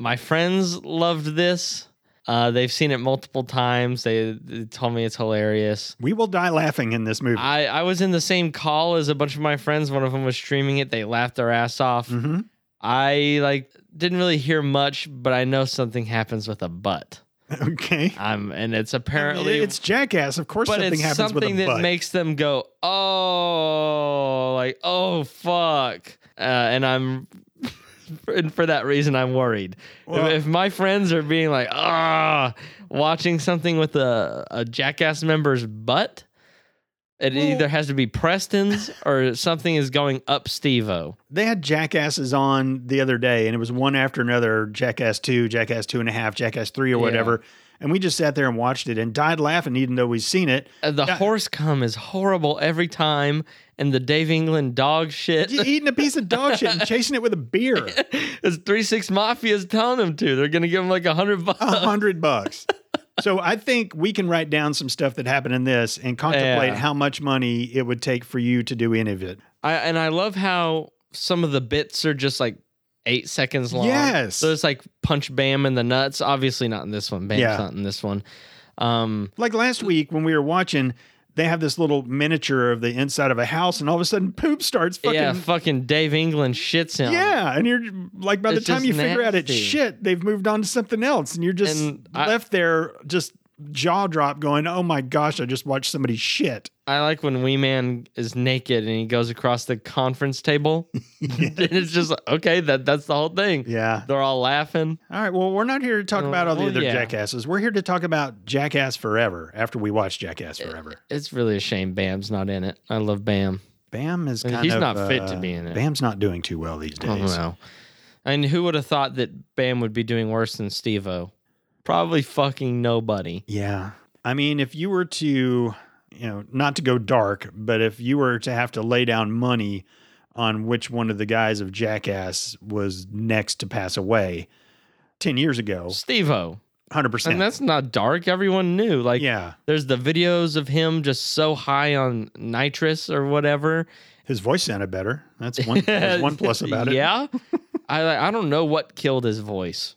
Speaker 1: My friends loved this. Uh, they've seen it multiple times. They, they told me it's hilarious.
Speaker 2: we will die laughing in this movie.
Speaker 1: I, I was in the same call as a bunch of my friends. One of them was streaming it. They laughed their ass off.
Speaker 2: hmm
Speaker 1: I like didn't really hear much, but I know something happens with a butt.
Speaker 2: Okay.
Speaker 1: Um, and it's
Speaker 2: I
Speaker 1: apparently
Speaker 2: mean, it's Jackass. Of course,
Speaker 1: but
Speaker 2: something
Speaker 1: it's
Speaker 2: happens
Speaker 1: something
Speaker 2: with a
Speaker 1: that
Speaker 2: butt.
Speaker 1: makes them go, oh, like, oh, fuck. Uh, and I'm, and for that reason, I'm worried. If-
Speaker 2: Well-
Speaker 1: if, my friends are being like, ah, watching something with a, a jackass member's butt, it
Speaker 2: Well-
Speaker 1: either has to be Preston's or something is going up Stevo.
Speaker 2: they had Jackasses on the other day, and it was one after another Jackass 2, Jackass 2.5, Jackass 3, or
Speaker 1: Yeah.
Speaker 2: whatever. And we just sat there and watched it and died laughing, even though we'd seen it.
Speaker 1: Uh, The
Speaker 2: Yeah.
Speaker 1: horse cum is horrible every time, and the Dave England dog shit.
Speaker 2: Just eating a piece of dog shit and chasing it with a beer.
Speaker 1: It's three six mafias telling them to. They're gonna give them like a hundred bucks.
Speaker 2: A hundred bucks. so I think we can write down some stuff that happened in this and contemplate
Speaker 1: Yeah.
Speaker 2: how much money it would take for you to do any of it.
Speaker 1: I and I love how some of the bits are just like eight seconds long.
Speaker 2: Yes.
Speaker 1: So it's like punch Bam in the nuts. Obviously not in this one. Bam's
Speaker 2: Yeah.
Speaker 1: not in this one. Um
Speaker 2: Like last week when we were watching, they have this little miniature of the inside of a house, and all of a sudden poop starts fucking.
Speaker 1: yeah, fucking Dave England shits him.
Speaker 2: Yeah, and you're like, by the
Speaker 1: It's
Speaker 2: time
Speaker 1: just
Speaker 2: you figure out it's
Speaker 1: nasty.
Speaker 2: shit, they've moved on to something else, and you're just
Speaker 1: And I-
Speaker 2: left there, just jaw drop, going, "Oh my gosh, I just watched somebody shit."
Speaker 1: I like when Wee Man is naked and he goes across the conference table. and it's just like, okay, that that's the whole thing.
Speaker 2: Yeah.
Speaker 1: They're all laughing.
Speaker 2: All right. Well, we're not here to talk
Speaker 1: Uh,
Speaker 2: about all the
Speaker 1: well,
Speaker 2: other
Speaker 1: yeah.
Speaker 2: jackasses. We're here to talk about Jackass Forever after we watch Jackass
Speaker 1: Uh,
Speaker 2: Forever.
Speaker 1: It's really a shame Bam's not in it. I love Bam.
Speaker 2: Bam is
Speaker 1: And
Speaker 2: kind
Speaker 1: he's
Speaker 2: of
Speaker 1: not fit to
Speaker 2: uh,
Speaker 1: be in it. Oh,
Speaker 2: Bam's not doing too well these
Speaker 1: I don't
Speaker 2: days.
Speaker 1: know. And who would have thought that Bam would be doing worse than Steve O? Probably fucking nobody.
Speaker 2: Yeah. I mean, if you were to, you know, not to go dark, but if you were to have to lay down money on which one of the guys of Jackass was next to pass away 10 years ago,
Speaker 1: Steve O.
Speaker 2: 100%.
Speaker 1: And that's not dark. Everyone knew. Like,
Speaker 2: yeah.
Speaker 1: there's the videos of him just so high on nitrous or whatever.
Speaker 2: His voice sounded better. That's one, that's one plus about it.
Speaker 1: Yeah. I like, I don't know what killed his voice.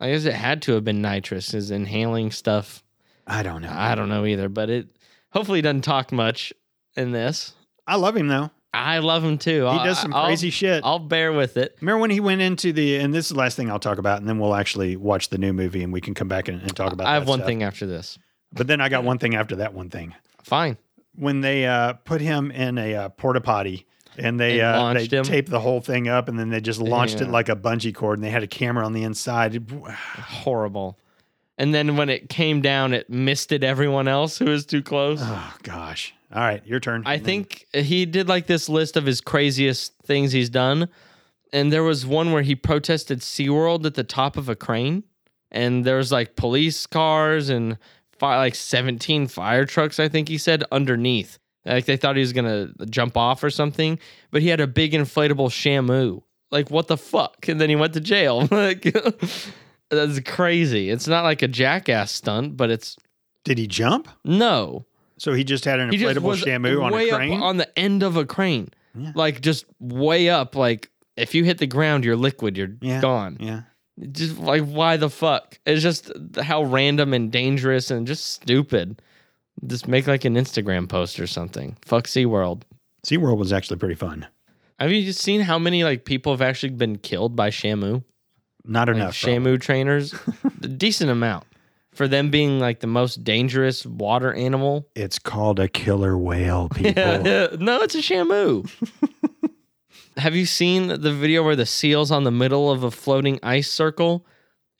Speaker 1: I guess it had to have been nitrous, is inhaling stuff.
Speaker 2: I don't know.
Speaker 1: I don't know either, but it hopefully he doesn't talk much in this.
Speaker 2: I love him though.
Speaker 1: I love him too.
Speaker 2: He does some crazy shit.
Speaker 1: I'll bear with it.
Speaker 2: Remember when he went into the, and this is the last thing I'll talk about, and then we'll actually watch the new movie and we can come back and, and talk about
Speaker 1: I
Speaker 2: that
Speaker 1: have one
Speaker 2: stuff.
Speaker 1: thing after this.
Speaker 2: But then I got one thing after that one thing.
Speaker 1: Fine.
Speaker 2: when they uh, put him in a uh, porta potty and they
Speaker 1: And
Speaker 2: uh, they
Speaker 1: launched him.
Speaker 2: taped the whole thing up and then they just launched it
Speaker 1: Yeah.
Speaker 2: like a bungee cord and they had a camera on the inside.
Speaker 1: Horrible. And then when it came down, it misted everyone else who was too close.
Speaker 2: Oh gosh! All right, your turn.
Speaker 1: I
Speaker 2: And then-
Speaker 1: think he did like this list of his craziest things he's done. And there was one where he protested SeaWorld at the top of a crane. And there was like police cars and fi- like 17 fire trucks, I think he said, underneath. Like they thought he was going to jump off or something. But he had a big inflatable shamu. Like, what the fuck? And then he went to jail. like, that's crazy. It's not like a jackass stunt, but it's
Speaker 2: did he jump?
Speaker 1: no
Speaker 2: So he just had an
Speaker 1: just
Speaker 2: inflatable
Speaker 1: was
Speaker 2: shamu on a
Speaker 1: way up
Speaker 2: crane.
Speaker 1: on the end of a crane,
Speaker 2: Yeah.
Speaker 1: like just way up. Like if you hit the ground, you're liquid. You're
Speaker 2: Yeah.
Speaker 1: gone.
Speaker 2: yeah,
Speaker 1: Just like why the fuck? It's just how random and dangerous and just stupid. Just make like an Instagram post or something. Fuck SeaWorld.
Speaker 2: SeaWorld was actually pretty fun.
Speaker 1: Have you just seen how many like people have actually been killed by Shamu?
Speaker 2: Not
Speaker 1: Like
Speaker 2: enough.
Speaker 1: Shamu trainers, a decent amount for them being like the most dangerous water animal.
Speaker 2: It's called a killer whale, people.
Speaker 1: Yeah, no, it's a shamu. Have you seen the video where the seal's on the middle of a floating ice circle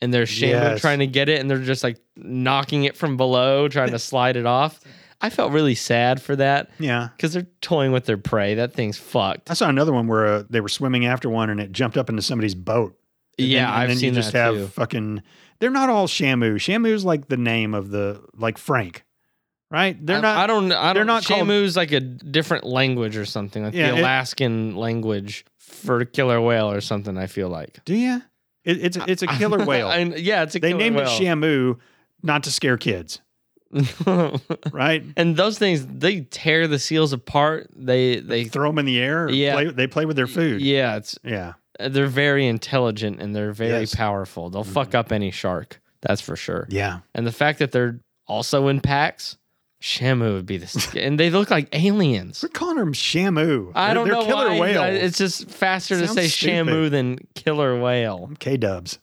Speaker 1: and there's shamu
Speaker 2: Yes.
Speaker 1: trying to get it and they're just like knocking it from below, trying to slide it off? I felt really sad for that
Speaker 2: Yeah.
Speaker 1: because they're toying with their prey. That thing's fucked.
Speaker 2: I saw another one where uh, they were swimming after one and it jumped up into somebody's boat. And
Speaker 1: yeah,
Speaker 2: then, and
Speaker 1: I've
Speaker 2: then
Speaker 1: seen
Speaker 2: you just
Speaker 1: that
Speaker 2: have
Speaker 1: too.
Speaker 2: fucking. They're not all Shamu. Shamu's like the name of the like Frank, right? They're
Speaker 1: I,
Speaker 2: not.
Speaker 1: I don't. I don't.
Speaker 2: they're not called-
Speaker 1: Shamu's like a different language or something, like
Speaker 2: Yeah, it-
Speaker 1: the Alaskan language for killer whale or something. I feel like
Speaker 2: do you? It, it's a- it's a killer whale.
Speaker 1: I- yeah, it's a
Speaker 2: they
Speaker 1: killer
Speaker 2: named
Speaker 1: whale.
Speaker 2: it Shamu not to scare kids, right?
Speaker 1: and those things they tear the seals apart. They they
Speaker 2: throw them in the air. or
Speaker 1: Yeah.
Speaker 2: play- they play with their food. Yeah.
Speaker 1: yeah, it's uh, they're very intelligent and they're very
Speaker 2: Yes. Mm-hmm.
Speaker 1: powerful. They'll fuck up any shark, that's for sure.
Speaker 2: Yeah.
Speaker 1: And the fact that they're also in packs, Shamu would be the sc- and they look like aliens.
Speaker 2: We're calling them Shamu.
Speaker 1: I
Speaker 2: They're-
Speaker 1: don't
Speaker 2: they're
Speaker 1: know
Speaker 2: killer
Speaker 1: why.
Speaker 2: whales.
Speaker 1: I- It's just faster to
Speaker 2: Sounds
Speaker 1: say
Speaker 2: stupid.
Speaker 1: Shamu than killer whale.
Speaker 2: K Dubs.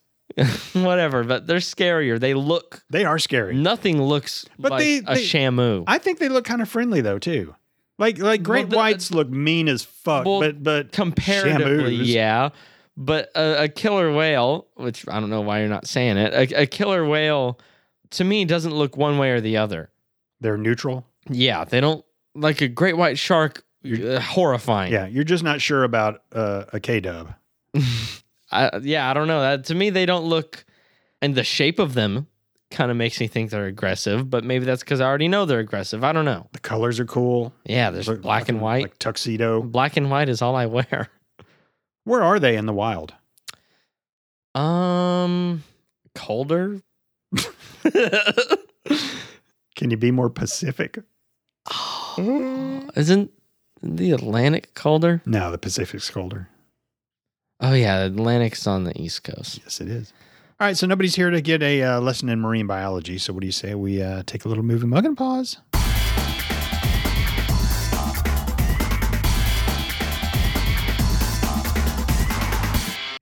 Speaker 1: Whatever, but they're scarier. They look
Speaker 2: They are scary.
Speaker 1: nothing looks
Speaker 2: But
Speaker 1: like
Speaker 2: they-
Speaker 1: a
Speaker 2: they-
Speaker 1: Shamu.
Speaker 2: I think they look kind of friendly though too. Like like great
Speaker 1: the- uh,
Speaker 2: whites look mean as fuck,
Speaker 1: Well,
Speaker 2: but but
Speaker 1: comparatively,
Speaker 2: Shamus.
Speaker 1: yeah. But a, a killer whale, which I don't know why you're not saying it, a, a killer whale to me doesn't look one way or the other.
Speaker 2: they're neutral.
Speaker 1: Yeah, they don't like a great white shark. uh, horrifying.
Speaker 2: Yeah, you're just not sure about uh, a K Dub.
Speaker 1: I, yeah. I don't know. That, to me, they don't look, and the shape of them kind of makes me think they're aggressive. But maybe that's because I already know they're aggressive. I don't know.
Speaker 2: The colors are cool.
Speaker 1: Yeah, there's
Speaker 2: Look-
Speaker 1: black and
Speaker 2: fucking,
Speaker 1: white.
Speaker 2: like tuxedo.
Speaker 1: black and white is all I wear.
Speaker 2: Where are they in the wild?
Speaker 1: Um, colder.
Speaker 2: Can you be more Pacific?
Speaker 1: Oh, Isn't the Atlantic colder?
Speaker 2: No, the Pacific's colder.
Speaker 1: Oh yeah, the Atlantic's on the East Coast.
Speaker 2: Yes, it is. All right, so nobody's here to get a uh, lesson in marine biology. So, what do you say we uh, take a little movie mug and pause?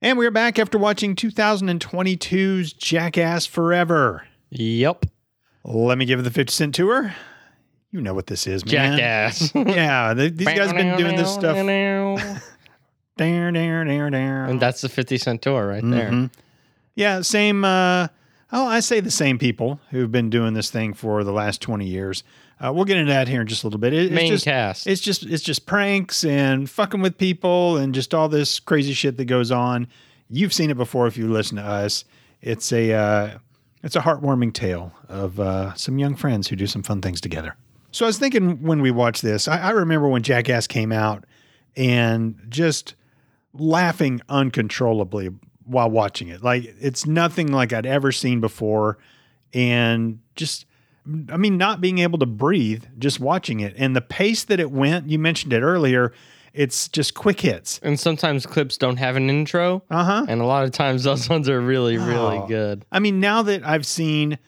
Speaker 2: And we're back after watching 2022's Jackass Forever.
Speaker 1: Yep.
Speaker 2: Let me give it the 50 Cent tour. You know what this is, man.
Speaker 1: Jackass.
Speaker 2: Yeah, they, these guys been doing this stuff. There, there, there, there.
Speaker 1: and that's the 50 Cent tour right there.
Speaker 2: Mhm. Yeah, same. Uh, oh, I say the same people who've been doing this thing for the last twenty years. Uh, we'll get into that here in just a little bit. It-
Speaker 1: Main
Speaker 2: it's just,
Speaker 1: cast.
Speaker 2: It's just it's just pranks and fucking with people and just all this crazy shit that goes on. You've seen it before if you listen to us. It's a uh, it's a heartwarming tale of uh, some young friends who do some fun things together. So I was thinking when we watched this, I, I remember when Jackass came out and just laughing uncontrollably while watching it. Like it's nothing like I'd ever seen before, and just I mean, not being able to breathe just watching it, and the pace that it went. You mentioned it earlier. It's just quick hits.
Speaker 1: and sometimes clips don't have an intro.
Speaker 2: Uh huh.
Speaker 1: And a lot of times those ones are really, really
Speaker 2: Oh.
Speaker 1: good.
Speaker 2: I mean, now that I've seen,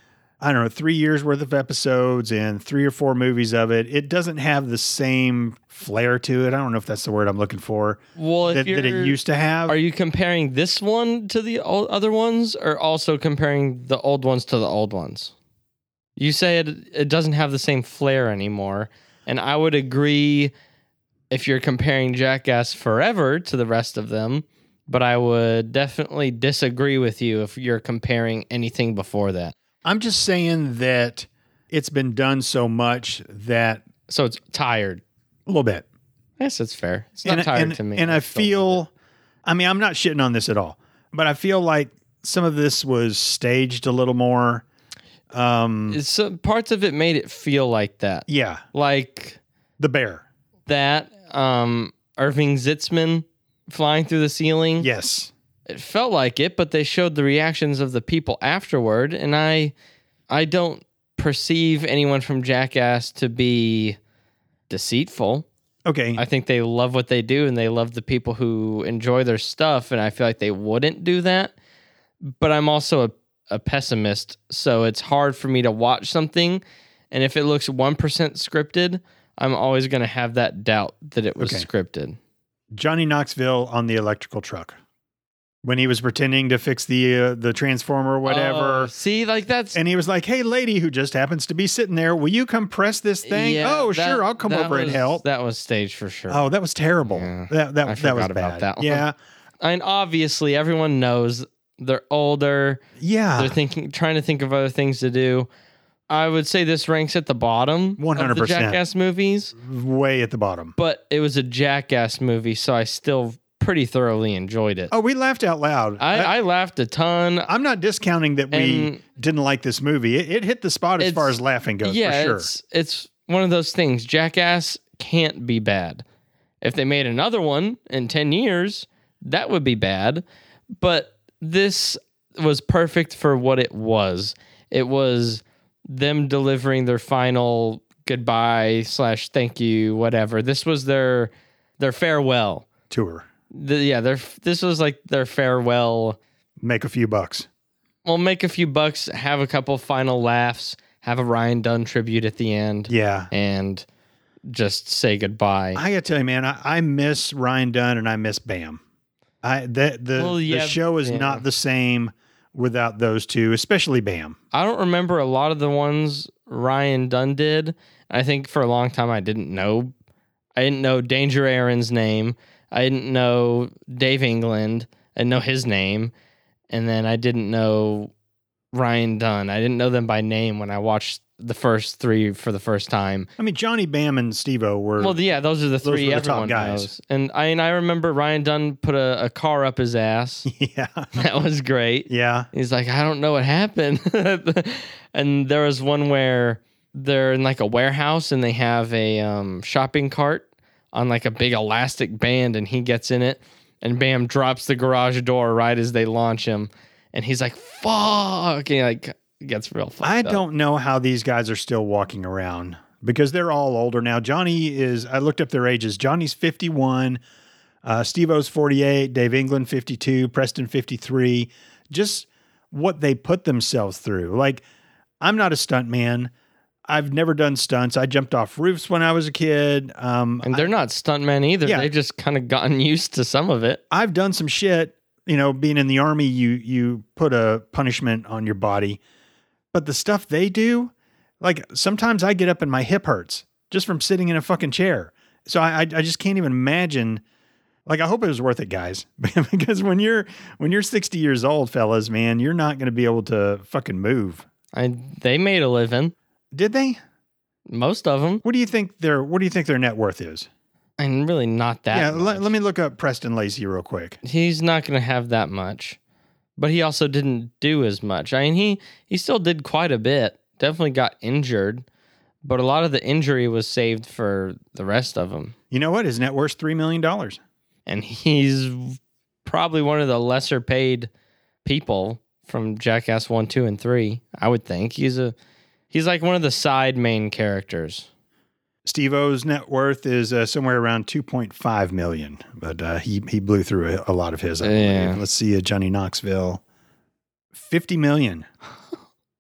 Speaker 2: I don't know, three years worth of episodes and three or four movies of it, it doesn't have the same flair to it. I don't know if that's the word I'm looking for
Speaker 1: Well, if
Speaker 2: that, that
Speaker 1: you're-
Speaker 2: it used to have.
Speaker 1: Are you comparing this one to the old, other ones, or also comparing the old ones to the old ones? You say it it doesn't have the same flair anymore, and I would agree if you're comparing Jackass Forever to the rest of them. But I would definitely disagree with you if you're comparing anything before that.
Speaker 2: I'm just saying that it's been done so much that
Speaker 1: So it's tired.
Speaker 2: a little bit.
Speaker 1: Yes, that's fair. It's not tired
Speaker 2: and,
Speaker 1: to me.
Speaker 2: And I
Speaker 1: still love it.
Speaker 2: feel, I mean, I'm not shitting on this at all, but I feel like some of this was staged a little more. Um,
Speaker 1: it's, uh, parts of it made it feel like that,
Speaker 2: yeah,
Speaker 1: like
Speaker 2: the bear.
Speaker 1: that um Irving Zitzman flying through the ceiling.
Speaker 2: Yes.
Speaker 1: It felt like it, but they showed the reactions of the people afterward and I I don't perceive anyone from Jackass to be deceitful.
Speaker 2: Okay.
Speaker 1: I think they love what they do and they love the people who enjoy their stuff and I feel like they wouldn't do that. But I'm also a, a pessimist, so it's hard for me to watch something and if it looks 1% scripted, I'm always going to have that doubt that it was
Speaker 2: Okay.
Speaker 1: scripted.
Speaker 2: Johnny Knoxville on the electrical truck when he was pretending to fix the uh, the transformer or whatever.
Speaker 1: Oh, see, like that's
Speaker 2: and he was like, "Hey, lady, who just happens to be sitting there, will you come press this thing?
Speaker 1: yeah,
Speaker 2: oh,
Speaker 1: that-
Speaker 2: sure, I'll come
Speaker 1: that
Speaker 2: over and
Speaker 1: was-
Speaker 2: help."
Speaker 1: That was staged for sure.
Speaker 2: oh, that was terrible.
Speaker 1: Yeah.
Speaker 2: that that,
Speaker 1: I
Speaker 2: that was
Speaker 1: forgot about
Speaker 2: bad.
Speaker 1: that one.
Speaker 2: Yeah,
Speaker 1: And obviously everyone knows they're older,
Speaker 2: yeah.
Speaker 1: they're thinking trying to think of other things to do i would say this ranks at the bottom of the
Speaker 2: 100%.
Speaker 1: jackass movies
Speaker 2: way at the bottom.
Speaker 1: but it was a jackass movie so i still pretty thoroughly enjoyed it
Speaker 2: Oh, we laughed out loud.
Speaker 1: I, I laughed a ton
Speaker 2: am not discounting that we
Speaker 1: And-
Speaker 2: didn't like this movie. It, it hit the spot as
Speaker 1: It's-
Speaker 2: far as laughing goes,
Speaker 1: yeah
Speaker 2: for sure.
Speaker 1: it's, it's one of those things jackass can't be bad if they made another one in 10 years that would be bad but this was perfect for what it was it was them delivering their final goodbye slash thank you whatever this was their their farewell
Speaker 2: Tour,
Speaker 1: The- yeah their this was like their farewell
Speaker 2: make a few bucks.
Speaker 1: we'll make a few bucks have a couple final laughs have a ryan dunn tribute at the end
Speaker 2: Yeah.
Speaker 1: and just say goodbye.
Speaker 2: I gotta tell you, man, I, I miss Ryan Dunn and I miss Bam. I that the,
Speaker 1: Well,
Speaker 2: the
Speaker 1: yeah,
Speaker 2: show is
Speaker 1: yeah.
Speaker 2: not the same without those two, especially Bam.
Speaker 1: I don't remember a lot of the ones Ryan Dunn did. I think for a long time I didn't know. I didn't know Danger Aaron's name. I didn't know Dave England. I didn't know his name. And then I didn't know Ryan Dunn. I didn't know them by name when I watched the first three for the first time.
Speaker 2: I mean, Johnny Bam and Steve O were
Speaker 1: Well, yeah, those are the
Speaker 2: Those
Speaker 1: three
Speaker 2: were the top
Speaker 1: everyone
Speaker 2: guys.
Speaker 1: knows. And I and I remember Ryan Dunn put a, a car up his ass.
Speaker 2: Yeah.
Speaker 1: that was great.
Speaker 2: Yeah.
Speaker 1: He's like, I don't know what happened. and there was one where they're in like a warehouse and they have a um, shopping cart on like a big elastic band and he gets in it and bam drops the garage door right as they launch him and he's like fuck and he like gets real fucked
Speaker 2: I
Speaker 1: up.
Speaker 2: don't know how these guys are still walking around because they're all older now. Johnny is, I looked up their ages. Johnny's 51, uh, Steve O's 48, Dave England 52, Preston 53. Just what they put themselves through. Like, I'm not a stunt man. I've never done stunts. I jumped off roofs when I was a kid. Um,
Speaker 1: And they're not stuntmen either.
Speaker 2: Yeah.
Speaker 1: They've just kind of gotten used to some of it.
Speaker 2: I've done some shit, you know, being in the army, you you put a punishment on your body. But the stuff they do, like sometimes I get up and my hip hurts just from sitting in a fucking chair. So I I, I just can't even imagine. Like I hope it was worth it, guys, because when you're when you're 60 years old, fellas, man, you're not going to be able to fucking move.
Speaker 1: I they made a living.
Speaker 2: Did they?
Speaker 1: Most of them,
Speaker 2: What do you think their What do you think their net worth is?
Speaker 1: and really not that.
Speaker 2: yeah,
Speaker 1: much.
Speaker 2: let, let me look up Preston Lacey real quick.
Speaker 1: he's not going to have that much. But he also didn't do as much. I mean, he he still did quite a bit. Definitely got injured, but a lot of the injury was saved for the rest of them.
Speaker 2: You know what? His net worth's three million dollars.
Speaker 1: And he's probably one of the lesser paid people from Jackass 1, 2 and 3, I would think. He's a he's like one of the side main characters.
Speaker 2: Steve O's net worth is uh, somewhere around 2.5 million, but uh, he he blew through a, a lot of his. I
Speaker 1: Yeah.
Speaker 2: believe. Let's see, uh, Johnny Knoxville, 50 million.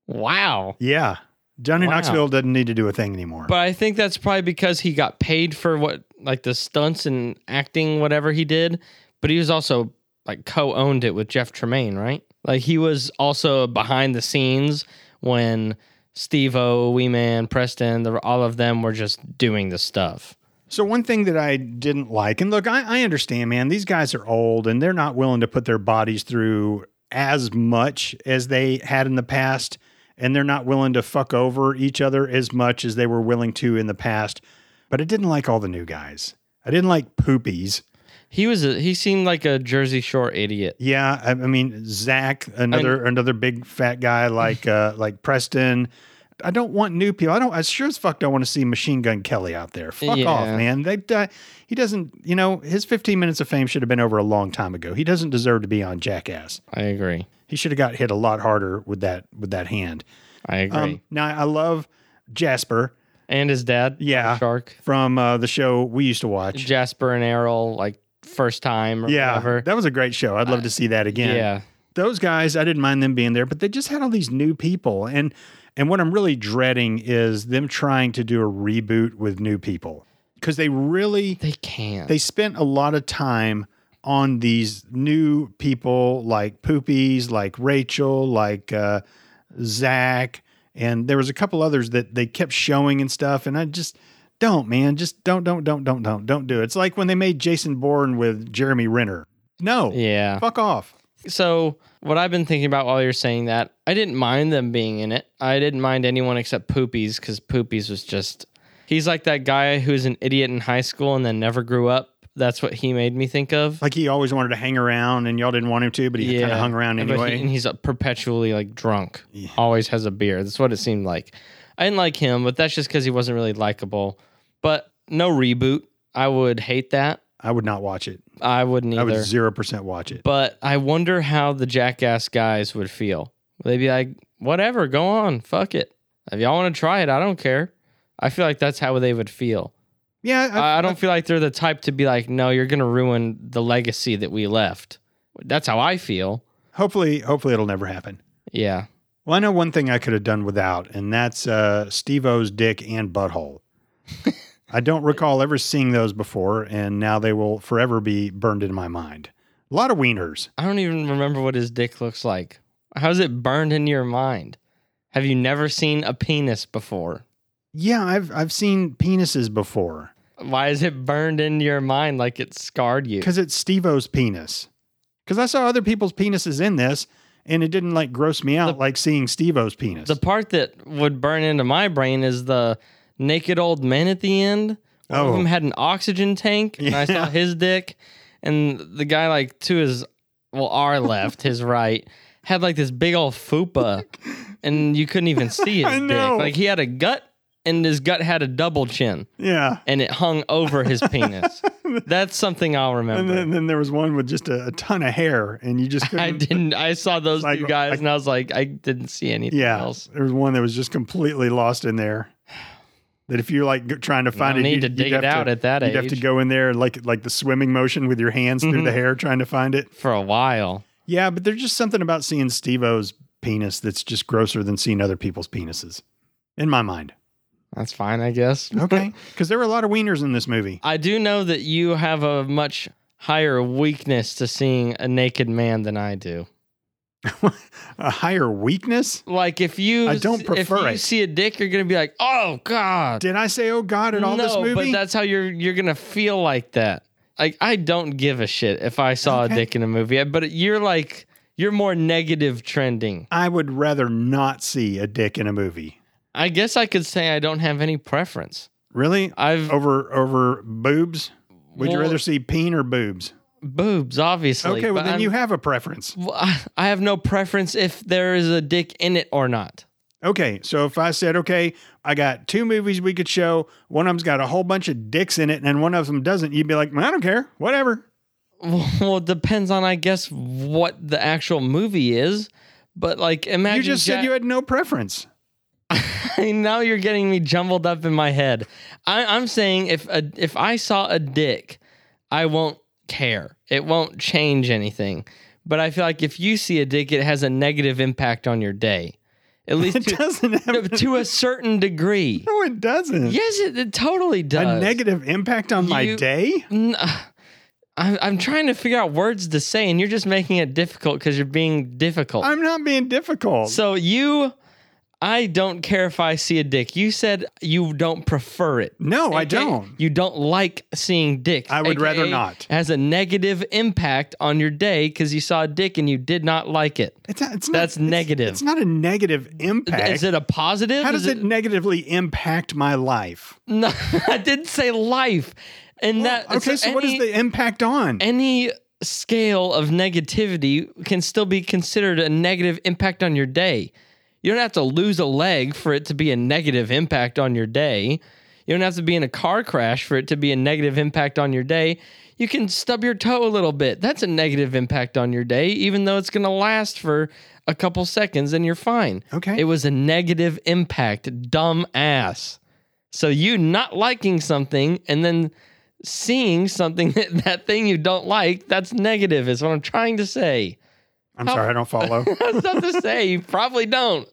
Speaker 1: Wow.
Speaker 2: Yeah, Johnny
Speaker 1: Wow.
Speaker 2: Knoxville doesn't need to do a thing anymore.
Speaker 1: But I think that's probably because he got paid for what like the stunts and acting whatever he did, but he was also like co-owned it with Jeff Tremaine, right? Like he was also behind the scenes when Steve-O, Wee Man, Preston, the, all of them were just doing the stuff.
Speaker 2: so one thing that I didn't like, and look, I, I understand, man. These guys are old, and they're not willing to put their bodies through as much as they had in the past, and they're not willing to fuck over each other as much as they were willing to in the past. But I didn't like all the new guys. I didn't like poopies.
Speaker 1: He was a, he seemed like a Jersey Shore idiot.
Speaker 2: Yeah, I, I mean Zach, another another big fat guy like uh, like Preston. I don't want new people. I don't. I sure as fuck don't want to see Machine Gun Kelly out there. Fuck off,
Speaker 1: Yeah.
Speaker 2: man. They uh, he doesn't. You know his 15 minutes of fame should have been over a long time ago. He doesn't deserve to be on Jackass.
Speaker 1: I agree.
Speaker 2: He should have got hit a lot harder with that with that hand.
Speaker 1: I agree.
Speaker 2: Um, now I love Jasper
Speaker 1: and his dad,
Speaker 2: Yeah.
Speaker 1: Shark,
Speaker 2: from uh, the show we used to watch.
Speaker 1: Jasper and Errol like first time or
Speaker 2: yeah,
Speaker 1: whatever.
Speaker 2: that was a great show. I'd love to see that again.
Speaker 1: Yeah.
Speaker 2: those guys i didn't mind them being there but they just had all these new people and and what i'm really dreading is them trying to do a reboot with new people because they really
Speaker 1: They can't.
Speaker 2: they spent a lot of time on these new people like poopies like rachel like uh, zach and there was a couple others that they kept showing and stuff and i just don't man just don't don't don't don't don't don't do it it's like when they made jason bourne with jeremy renner no
Speaker 1: yeah.
Speaker 2: fuck off
Speaker 1: So, what I've been thinking about while you're saying that, I didn't mind them being in it. I didn't mind anyone except Poopies because Poopies was just, he's like that guy who's an idiot in high school and then never grew up. That's what he made me think of.
Speaker 2: Like he always wanted to hang around, and y'all didn't want him to, but he kind of hung around
Speaker 1: But he-
Speaker 2: anyway.
Speaker 1: and he's uh, perpetually like drunk,
Speaker 2: Yeah.
Speaker 1: always has a beer. That's what it seemed like. I didn't like him, but that's just because he wasn't really likable. But no reboot. I would hate that.
Speaker 2: I would not watch it.
Speaker 1: I wouldn't either.
Speaker 2: I would zero percent watch it.
Speaker 1: But I wonder how the jackass guys would feel. Would they be like, whatever, go on, fuck it. If y'all want to try it, I don't care. I feel like that's how they would feel.
Speaker 2: yeah,
Speaker 1: I, I don't feel like they're the type to be like, no, you're going to ruin the legacy that we left. That's how I feel.
Speaker 2: hopefully, hopefully it'll never happen.
Speaker 1: Yeah.
Speaker 2: Well, I know one thing I could have done without, and that's uh, Steve-O's dick and butthole. I don't recall ever seeing those before, and now they will forever be burned in my mind. A lot of wieners.
Speaker 1: I don't even remember what his dick looks like. How's it burned into your mind? Have you never seen a penis before?
Speaker 2: Yeah, I've I've seen penises before
Speaker 1: Why is it burned into your mind like it scarred you?
Speaker 2: because it's Steve-O's penis. Because I saw other people's penises in this, and it didn't like gross me out like seeing Steve-O's penis.
Speaker 1: The part that would burn into my brain is the naked old man at the end. One
Speaker 2: Oh.
Speaker 1: of them had an oxygen tank, and I saw
Speaker 2: Yeah.
Speaker 1: his dick, and the guy like to his well, our left, his right, had like this big old fupa, and you couldn't even see his
Speaker 2: I know.
Speaker 1: dick. Like he had a gut and his gut had a double chin
Speaker 2: Yeah.
Speaker 1: and it hung over his penis. That's something I'll
Speaker 2: And
Speaker 1: remember.
Speaker 2: then, then there was one with just a, a ton of hair, and you just couldn't.
Speaker 1: I didn't. I saw those
Speaker 2: Like,
Speaker 1: two guys,
Speaker 2: like-
Speaker 1: and I was like, I didn't see anything
Speaker 2: Yeah,
Speaker 1: else.
Speaker 2: there was one that was just completely lost in there. That if you're like g- trying to find
Speaker 1: I
Speaker 2: it,
Speaker 1: need
Speaker 2: you'd-
Speaker 1: to
Speaker 2: you'd
Speaker 1: dig it
Speaker 2: have
Speaker 1: out
Speaker 2: To,
Speaker 1: at that
Speaker 2: you'd
Speaker 1: age Mm-hmm.
Speaker 2: have to go in there like like the swimming motion with your hands through the hair trying to find it.
Speaker 1: for a while.
Speaker 2: Yeah, but there's just something about seeing Steve-O's penis that's just grosser than seeing other people's penises, in my mind.
Speaker 1: That's fine, I guess.
Speaker 2: Okay, because there were a lot of wieners in this movie.
Speaker 1: I do know that you have a much higher weakness to seeing a naked man than I do.
Speaker 2: a higher weakness?
Speaker 1: Like if you,
Speaker 2: I don't
Speaker 1: if
Speaker 2: prefer
Speaker 1: you
Speaker 2: it.
Speaker 1: see a dick, you're gonna be like, oh god.
Speaker 2: Did I say "Oh God" in all
Speaker 1: no,
Speaker 2: this movie?
Speaker 1: but that's how you're you're gonna feel like that. Like I don't give a shit if I saw
Speaker 2: Okay.
Speaker 1: a dick in a movie, but you're like you're more negative trending.
Speaker 2: I would rather not see a dick in a movie.
Speaker 1: I guess I could say I don't have any preference.
Speaker 2: Really?
Speaker 1: I've
Speaker 2: Over over boobs? Would you
Speaker 1: Well-
Speaker 2: rather see peen or boobs?
Speaker 1: boobs, obviously.
Speaker 2: Okay, well
Speaker 1: but
Speaker 2: then
Speaker 1: I'm-
Speaker 2: you have a preference.
Speaker 1: Well, I- I have no preference if there is a dick in it or not.
Speaker 2: Okay, so if I said, okay, I got two movies we could show, one of them's got a whole bunch of dicks in it, and one of them doesn't, you'd be like, I don't care, whatever.
Speaker 1: Well, it depends on, I guess, what the actual movie is. But like, imagine
Speaker 2: you just said you had no preference.
Speaker 1: you. now you're getting me jumbled up in my head. I, I'm saying if a, if I saw a dick, I won't care. It won't change anything. But I feel like if you see a dick, it has a negative impact on your day, at least
Speaker 2: It
Speaker 1: to,
Speaker 2: doesn't have
Speaker 1: to a certain degree.
Speaker 2: No, it doesn't.
Speaker 1: Yes, it, it totally does.
Speaker 2: a negative impact on my
Speaker 1: You-
Speaker 2: day?
Speaker 1: N- uh, I'm, I'm trying to figure out words to say, and you're just making it difficult because you're being difficult.
Speaker 2: I'm not being difficult.
Speaker 1: so you, I don't care if I see a dick. You said you don't prefer it.
Speaker 2: no, I
Speaker 1: AKA,
Speaker 2: don't.
Speaker 1: You don't like seeing dicks.
Speaker 2: I would
Speaker 1: AKA,
Speaker 2: rather not.
Speaker 1: Has a negative impact on your day because you saw a dick and you did not like it.
Speaker 2: It's not, it's not,
Speaker 1: That's
Speaker 2: it's-
Speaker 1: negative.
Speaker 2: It's, not a negative impact.
Speaker 1: Is it a positive?
Speaker 2: How
Speaker 1: Is
Speaker 2: does it negatively impact my life?
Speaker 1: No, I didn't say life. And that
Speaker 2: Okay, so what is
Speaker 1: any-
Speaker 2: the impact on?
Speaker 1: any scale of negativity can still be considered a negative impact on your day. You don't have to lose a leg for it to be a negative impact on your day. You don't have to be in a car crash for it to be a negative impact on your day. You can stub your toe a little bit. That's a negative impact on your day, even though it's going to last for a couple seconds and you're fine.
Speaker 2: Okay.
Speaker 1: It was a negative impact, dumb ass. So you not liking something and then seeing something that, that thing you don't like, that's negative is what I'm trying to say.
Speaker 2: I'm sorry, I don't follow.
Speaker 1: That's not to say you probably don't.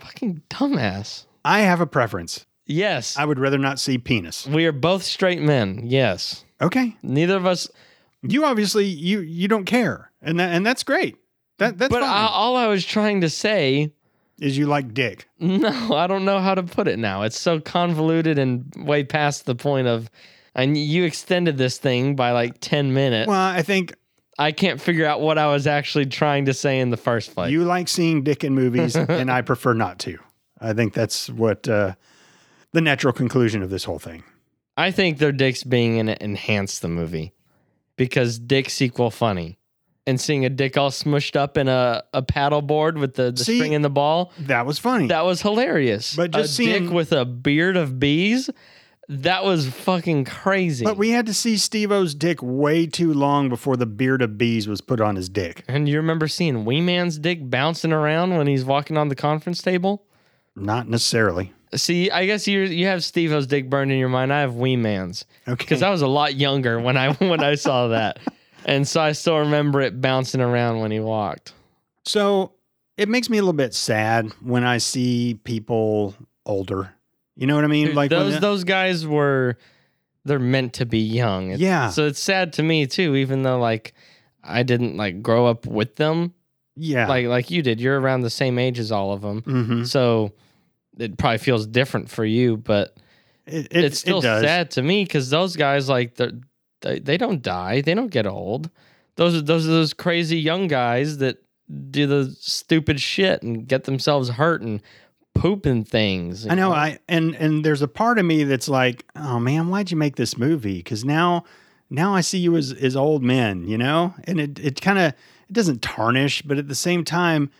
Speaker 1: Fucking dumbass.
Speaker 2: I have a preference.
Speaker 1: Yes.
Speaker 2: I would rather not see penis.
Speaker 1: we are both straight men. Yes.
Speaker 2: Okay.
Speaker 1: Neither of us
Speaker 2: You obviously you you don't care. And that, and that's great. That that's
Speaker 1: but
Speaker 2: fine.
Speaker 1: I, all I was trying to say,
Speaker 2: is you like dick.
Speaker 1: no, I don't know how to put it now. It's so convoluted and way past the point of and you extended this thing by like 10 minutes.
Speaker 2: Well, I think
Speaker 1: I can't figure out what I was actually trying to say in the first place.
Speaker 2: you like seeing dick in movies and I prefer not to. I think that's what uh, the natural conclusion of this whole thing.
Speaker 1: I think their dicks being in it enhanced the movie because dicks equal funny. And seeing a dick all smushed up in a, a paddle board with the, the
Speaker 2: See?
Speaker 1: string and the ball,
Speaker 2: That was funny.
Speaker 1: that was hilarious.
Speaker 2: But just
Speaker 1: a
Speaker 2: seeing-
Speaker 1: dick with a beard of bees, that was fucking crazy.
Speaker 2: but we had to see Steve-O's dick way too long before the beard of bees was put on his dick.
Speaker 1: and you remember seeing Wee Man's dick bouncing around when he's walking on the conference table?
Speaker 2: Not necessarily.
Speaker 1: See, I guess you you have Steve O's dick burned in your mind. I have Wee Man's.
Speaker 2: Okay.
Speaker 1: because I was a lot younger when I when I saw that, and so I still remember it bouncing around when he walked.
Speaker 2: So it makes me a little bit sad when I see people older. You know what I mean?
Speaker 1: Dude,
Speaker 2: like when
Speaker 1: those
Speaker 2: the-
Speaker 1: those guys were, they're meant to be young. It's-
Speaker 2: Yeah.
Speaker 1: So it's sad to me too, even though like I didn't like grow up with them,
Speaker 2: yeah,
Speaker 1: like like you did. You're around the same age as all of them,
Speaker 2: hmm
Speaker 1: so it probably feels different for you, but
Speaker 2: it, it,
Speaker 1: it's still
Speaker 2: it does.
Speaker 1: sad to me because those guys like they're- they they don't die they don't get old those are those are those crazy young guys that do the stupid shit and get themselves hurt and pooping things
Speaker 2: I know. I and and there's a part of me that's like, oh man, why'd you make this movie? Because now, now I see you as as old men, you know, and it it kind of it doesn't tarnish, but at the same time,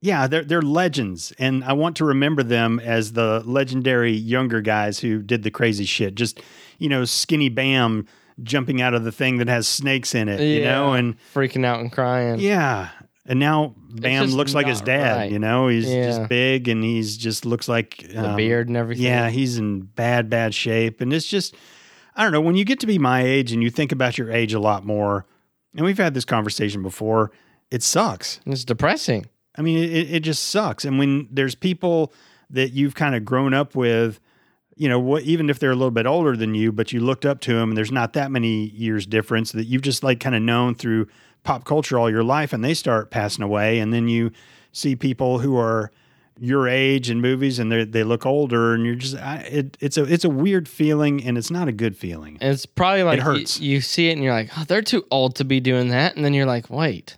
Speaker 2: Yeah, they're they're legends, and I want to remember them as the legendary younger guys who did the crazy shit. Just you know, skinny Bam jumping out of the thing that has snakes in it, you know,
Speaker 1: Yeah.
Speaker 2: and
Speaker 1: freaking out and crying.
Speaker 2: yeah. And now Bam
Speaker 1: just
Speaker 2: looks like his
Speaker 1: not
Speaker 2: dad,
Speaker 1: right.
Speaker 2: you know. He's
Speaker 1: Yeah.
Speaker 2: just big and he's just looks like
Speaker 1: The
Speaker 2: um,
Speaker 1: beard and everything.
Speaker 2: Yeah, he's in bad, bad shape. And it's just, I don't know, when you get to be my age and you think about your age a lot more, and we've had this conversation before, it sucks.
Speaker 1: It's depressing.
Speaker 2: I mean, it, it just sucks. And when there's people that you've kind of grown up with, you know, what, even if they're a little bit older than you, but you looked up to them and there's not that many years difference that you've just like kind of known through pop culture all your life and they start passing away. And then you see people who are your age in movies and they they look older and you're just, I, it, it's a, it's a weird feeling and it's not a good feeling.
Speaker 1: And it's probably like you-
Speaker 2: hurts.
Speaker 1: You, see it and you're like, oh, they're too old to be doing that. And then you're like, wait,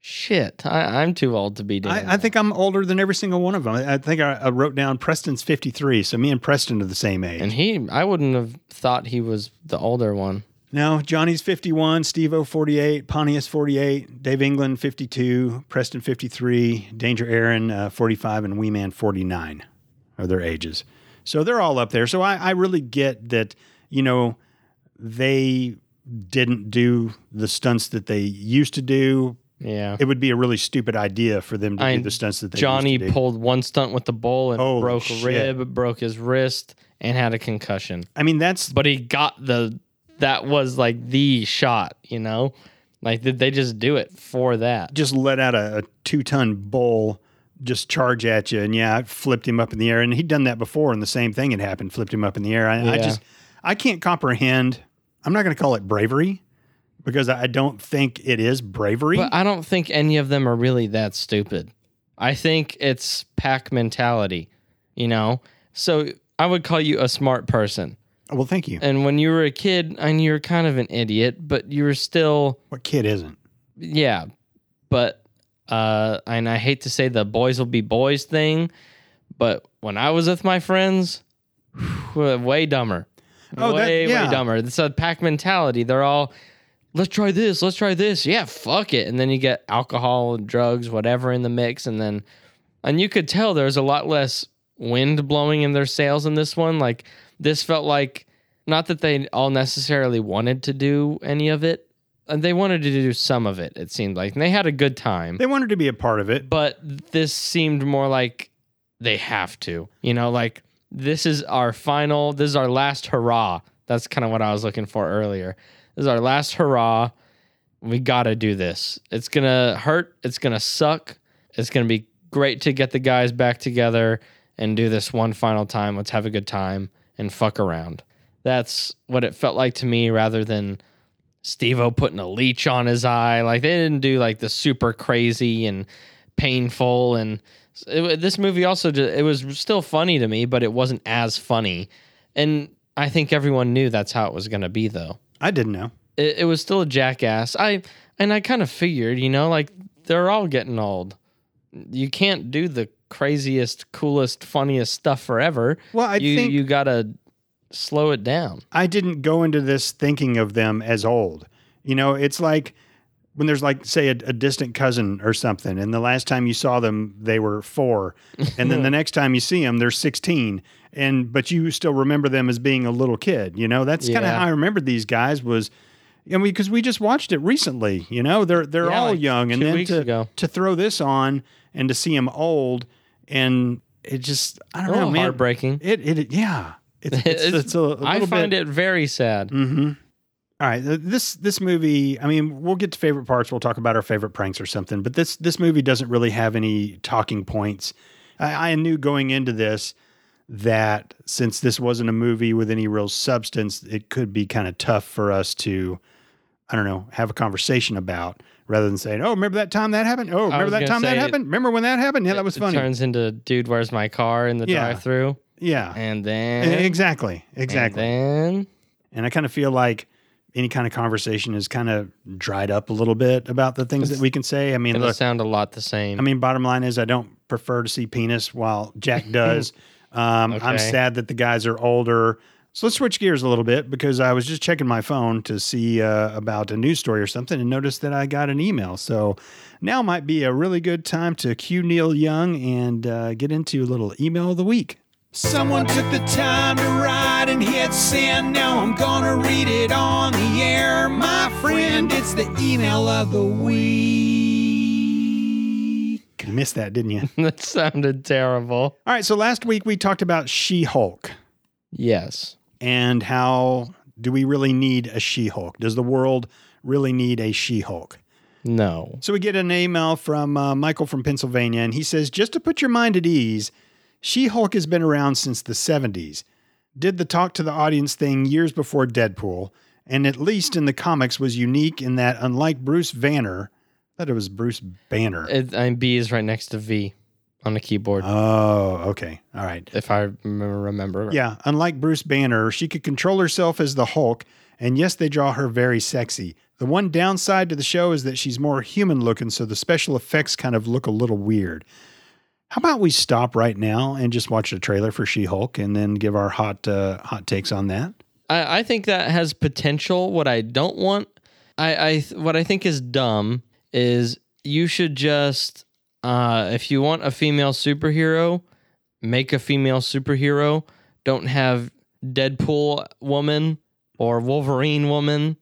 Speaker 1: shit, I, I'm too old to be doing
Speaker 2: I, I
Speaker 1: that.
Speaker 2: think I'm older than every single one of them. I, I think I, I wrote down Preston's 53. So me and Preston are the same age.
Speaker 1: And he, I wouldn't have thought he was the older one.
Speaker 2: No, Johnny's 51, Steve O 48, Pontius 48, Dave England 52, Preston 53, Danger Aaron uh, 45, and Wee Man 49 are their ages. So they're all up there. So I, I really get that, you know, they didn't do the stunts that they used to do.
Speaker 1: Yeah.
Speaker 2: It would be a really stupid idea for them to
Speaker 1: I-
Speaker 2: do the stunts that they
Speaker 1: Johnny
Speaker 2: used to do.
Speaker 1: pulled one stunt with the bull and
Speaker 2: Holy
Speaker 1: broke
Speaker 2: shit.
Speaker 1: a rib, broke his wrist, and had a concussion.
Speaker 2: I mean, that's
Speaker 1: But he got the, that was like the shot, you know? Like, did they just do it for that?
Speaker 2: just let out a, a two ton bull just charge at you. And yeah, I flipped him up in the air. And he'd done that before, and the same thing had happened flipped him up in the air. I, I
Speaker 1: Yeah.
Speaker 2: just, I can't comprehend. I'm not going to call it bravery because I I don't think it is bravery.
Speaker 1: But I don't think any of them are really that stupid. I think it's pack mentality, you know? So I would call you a smart person.
Speaker 2: well, thank you.
Speaker 1: And when you were a kid, I knew you were kind of an idiot, but you were still,
Speaker 2: What kid isn't?
Speaker 1: yeah. But, uh, and I hate to say the boys will be boys thing, but when I was with my friends, whew, uh, way dumber.
Speaker 2: Oh, that-
Speaker 1: way,
Speaker 2: yeah.
Speaker 1: way dumber. It's a pack mentality. They're all, let's try this, let's try this. Yeah, fuck it. And then you get alcohol, drugs, whatever in the mix. And then, and you could tell there's a lot less wind blowing in their sails in this one. Like, this felt like, not that they all necessarily wanted to do any of it. And they wanted to do some of it, it seemed like. And they had a good time
Speaker 2: They wanted to be a part of it.
Speaker 1: but this seemed more like they have to you know like this is our final this is our last hurrah that's kind of what i was looking for earlier this is our last hurrah we gotta do this it's gonna hurt it's gonna suck it's gonna be great to get the guys back together and do this one final time let's have a good time and fuck around that's what it felt like to me rather than Stevo putting a leech on his eye. Like they didn't do like the super crazy and painful. And it, this movie also ju- it was still funny to me, but it wasn't as funny. And I think everyone knew that's how it was going to be, though.
Speaker 2: I didn't know.
Speaker 1: It, it was still a jackass. I and I kind of figured, you know, like they're all getting old. You can't do the craziest, coolest, funniest stuff forever.
Speaker 2: Well, I
Speaker 1: you
Speaker 2: think
Speaker 1: you gotta slow it down.
Speaker 2: I didn't go into this thinking of them as old. You know, it's like when there's like say a, a distant cousin or something, and the last time you saw them, they were four, and then the next time you see them, they're sixteen, and but you still remember them as being a little kid. You know, that's kind of
Speaker 1: Yeah.
Speaker 2: how I remembered these guys was. I mean, because we just watched it recently. You know, they're they're
Speaker 1: Yeah,
Speaker 2: all
Speaker 1: like
Speaker 2: young, and
Speaker 1: two
Speaker 2: then
Speaker 1: weeks
Speaker 2: to
Speaker 1: ago.
Speaker 2: to throw this on and to see them old, and it just
Speaker 1: A
Speaker 2: I don't know,
Speaker 1: little
Speaker 2: man.
Speaker 1: Oh, heartbreaking.
Speaker 2: It it yeah. It's, it's,
Speaker 1: It's-
Speaker 2: it's a, a little
Speaker 1: I
Speaker 2: bit,
Speaker 1: find it very sad.
Speaker 2: Mm-hmm. All right, th- this this movie. I mean, we'll get to favorite parts. We'll talk about our favorite pranks or something. But this this movie doesn't really have any talking points. I, I knew going into this that since this wasn't a movie with any real substance, it could be kind of tough for us to, I don't know, have a conversation about rather than saying, "Oh, remember that time that happened? Oh, remember
Speaker 1: was
Speaker 2: that
Speaker 1: gonna
Speaker 2: time that
Speaker 1: say-
Speaker 2: happened? Remember when that happened? Yeah, that was
Speaker 1: it
Speaker 2: funny.
Speaker 1: turns into dude, where's my car in the
Speaker 2: Yeah.
Speaker 1: drive-through,
Speaker 2: yeah,
Speaker 1: and then
Speaker 2: E- exactly, exactly.
Speaker 1: and then
Speaker 2: And I kind of feel like any kind of conversation is kind of dried up a little bit about the things that we can say. I mean,
Speaker 1: it'll
Speaker 2: look,
Speaker 1: sound a lot the same.
Speaker 2: I mean, bottom line is I don't prefer to see penis while Jack does. um, I'm
Speaker 1: Okay.
Speaker 2: sad that the guys are older. So let's switch gears a little bit because I was just checking my phone to see uh, about a news story or something and noticed that I got an email. So now might be a really good time to cue Neil Young and uh, get into a little email of the week.
Speaker 3: Someone took the time to write and hit send. Now I'm gonna read it on the air, my friend. It's the email of the week.
Speaker 2: You missed that, didn't you?
Speaker 1: that sounded terrible.
Speaker 2: All right. So last week we talked about She Hulk
Speaker 1: Yes.
Speaker 2: and how do we really need a She Hulk? Does the world really need a She Hulk?
Speaker 1: No.
Speaker 2: So we get an email from uh, Michael from Pennsylvania, and he says, Just to put your mind at ease, She Hulk has been around since the 70s, did the talk to the audience thing years before Deadpool, and at least in the comics was unique in that, unlike Bruce Banner, I thought it was Bruce Banner.
Speaker 1: It, and B is right next to V on the keyboard,
Speaker 2: Oh, okay. All right.
Speaker 1: if I remember. remember.
Speaker 2: Yeah, unlike Bruce Banner, she could control herself as the Hulk, and yes, they draw her very sexy. The one downside to the show is that she's more human looking, so the special effects kind of look a little weird. How about we stop right now and just watch the trailer for She-Hulk, and then give our hot uh, hot takes on that?
Speaker 1: I, I think that has potential. What I don't want, I, I th- what I think is dumb is you should just, uh, if you want a female superhero, make a female superhero. Don't have Deadpool woman or Wolverine woman.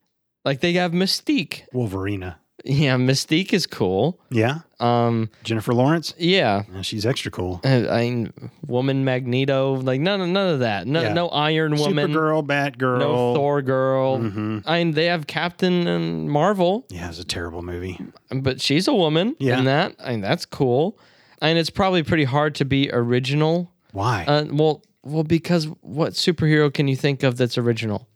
Speaker 1: Like they have Mystique.
Speaker 2: Wolverina,
Speaker 1: Yeah, Mystique is cool.
Speaker 2: yeah,
Speaker 1: Um,
Speaker 2: Jennifer Lawrence,
Speaker 1: yeah.
Speaker 2: Yeah, she's extra cool.
Speaker 1: I, I woman Magneto, like none of none of that. No,
Speaker 2: Yeah.
Speaker 1: no Iron Woman,
Speaker 2: Supergirl, Batgirl,
Speaker 1: no Thor girl.
Speaker 2: hmm
Speaker 1: I mean, they have Captain and Marvel,
Speaker 2: Yeah, it's a terrible movie.
Speaker 1: but she's a woman
Speaker 2: Yeah.
Speaker 1: in that. I mean, that's cool. And it's probably pretty hard to be original.
Speaker 2: Why?
Speaker 1: Uh, well, well, because what superhero can you think of that's original?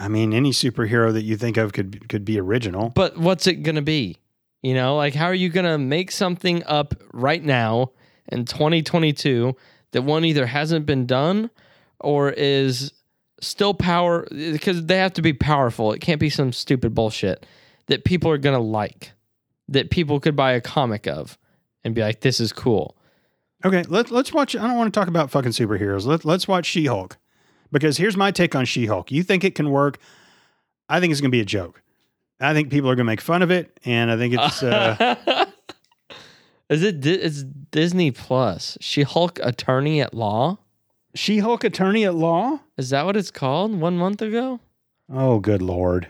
Speaker 2: I mean, any superhero that you think of could could be original.
Speaker 1: But what's it gonna be? You know, like how are you gonna make something up right now in 2022 that one either hasn't been done or is still power because they have to be powerful. It can't be some stupid bullshit that people are gonna like, that people could buy a comic of and be like, "This is cool."
Speaker 2: Okay, let, let's watch. I don't want to talk about fucking superheroes. Let, let's watch She Hulk because here's my take on She Hulk. You think it can work? I think it's going to be a joke. I think people are going to make fun of it, and I think it's uh,
Speaker 1: is it? Di- It's Disney Plus. She Hulk Attorney at Law.
Speaker 2: She Hulk attorney at law.
Speaker 1: Is that what it's called? One month ago.
Speaker 2: Oh, good lord!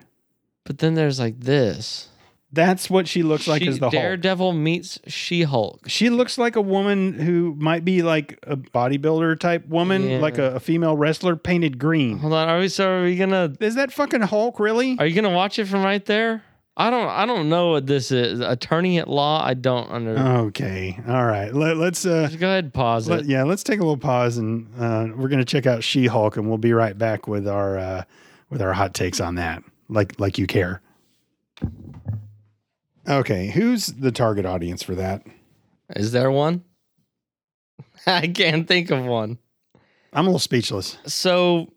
Speaker 1: But then there's like this.
Speaker 2: That's what she looks like
Speaker 1: She-
Speaker 2: as the Hulk.
Speaker 1: Daredevil meets She Hulk.
Speaker 2: She looks like a woman who might be like a bodybuilder type woman,
Speaker 1: Yeah. Uh-huh.
Speaker 2: like a, a female wrestler painted green.
Speaker 1: Hold on, are we so are we gonna
Speaker 2: Is that fucking Hulk really?
Speaker 1: are you gonna watch it from right there? I don't I don't know what this is. Attorney at law, I don't under
Speaker 2: Okay, all right. Let, let's uh,
Speaker 1: Just go ahead and pause
Speaker 2: Let-
Speaker 1: it.
Speaker 2: yeah, let's take a little pause, and uh, we're gonna check out She Hulk, and we'll be right back with our uh, with our hot takes on that. Like like you care. Okay, who's the target audience for that?
Speaker 1: Is there one? I can't think of one.
Speaker 2: I'm a little speechless.
Speaker 1: So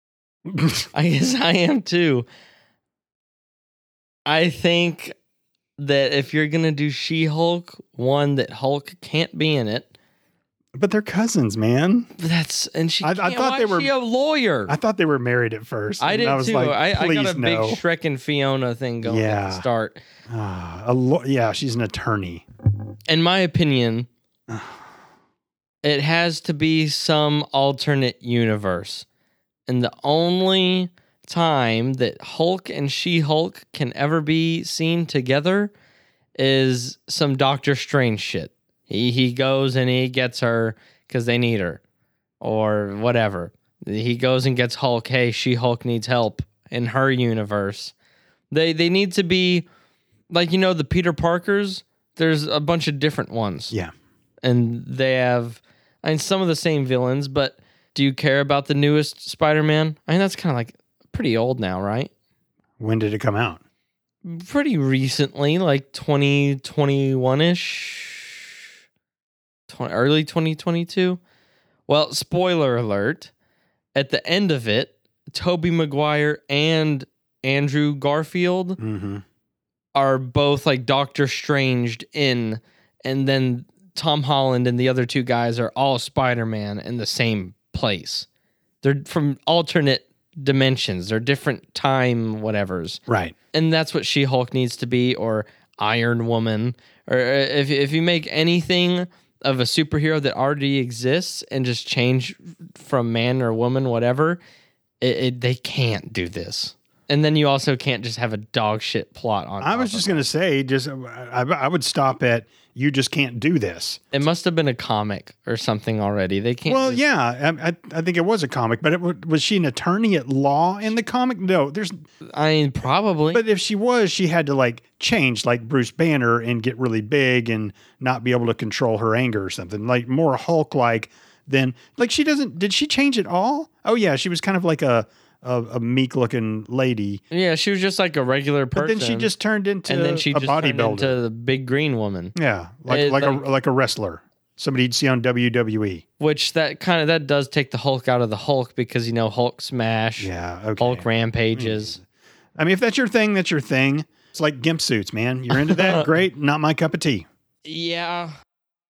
Speaker 1: I guess I am too. I think that if you're gonna do She Hulk, one that Hulk can't be in it.
Speaker 2: but they're cousins, man.
Speaker 1: That's and she.
Speaker 2: I- I
Speaker 1: can't, thought they were. She a lawyer.
Speaker 2: I thought they were married at first.
Speaker 1: I
Speaker 2: and
Speaker 1: did
Speaker 2: I was
Speaker 1: too.
Speaker 2: like,
Speaker 1: I, I
Speaker 2: please
Speaker 1: got a
Speaker 2: no.
Speaker 1: big Shrek and Fiona thing going at
Speaker 2: Yeah.
Speaker 1: the start.
Speaker 2: Ah, a lo- yeah, she's an attorney.
Speaker 1: In my opinion, it has to be some alternate universe. And the only time that Hulk and She Hulk can ever be seen together is some Doctor Strange shit. He, he goes and he gets her because they need her or whatever. He goes and gets Hulk. Hey, She Hulk needs help in her universe. They, they need to be like, you know, the Peter Parkers, there's a bunch of different ones
Speaker 2: Yeah.
Speaker 1: and they have I mean some of the same villains, but do you care about the newest Spider-Man? I mean that's kind of like pretty old now, right?
Speaker 2: When did it come out?
Speaker 1: Pretty recently, like 2021ish. 20, early 2022. Well, spoiler alert, at the end of it, Toby Maguire and Andrew Garfield
Speaker 2: Mm-hmm.
Speaker 1: are both like Doctor Stranged in, and then Tom Holland and the other two guys are all Spider Man in the same place. They're from alternate dimensions. They're different time whatevers.
Speaker 2: Right.
Speaker 1: And that's what She-Hulk needs to be or Iron Woman or uh, if if you make anything of a superhero that already exists and just change from man or woman whatever, it, it, they can't do this. And then you also can't just have a dog shit plot on.
Speaker 2: I
Speaker 1: top
Speaker 2: was
Speaker 1: of
Speaker 2: just
Speaker 1: it.
Speaker 2: going to say, just uh, I, I would stop at you just can't do this.
Speaker 1: It must have been a comic or something already. They can't.
Speaker 2: Well,
Speaker 1: just-
Speaker 2: yeah, I, I, I think it was a comic, but it, wa- was she an attorney at law in the comic? No, there's.
Speaker 1: I mean, probably.
Speaker 2: But if she was, she had to like change like Bruce Banner and get really big and not be able to control her anger or something like more Hulk like than like she doesn't. Did she change at all? Oh yeah, she was kind of like a a, a meek looking lady,
Speaker 1: yeah, she was just like a regular person.
Speaker 2: but then she just turned into
Speaker 1: and then she
Speaker 2: a
Speaker 1: just turned
Speaker 2: bodybuilder.
Speaker 1: into the big green woman,
Speaker 2: yeah, like
Speaker 1: It-
Speaker 2: like,
Speaker 1: like-
Speaker 2: a like a wrestler, somebody you'd see on E. WWE.
Speaker 1: which that kind of that does take the Hulk out of the Hulk because you know Hulk smash,
Speaker 2: Yeah, okay. Mm.
Speaker 1: Hulk rampages.
Speaker 2: I mean, if that's your thing, that's your thing. It's like gimp suits, man. You're into that? Great. Not my cup of tea.
Speaker 1: Yeah,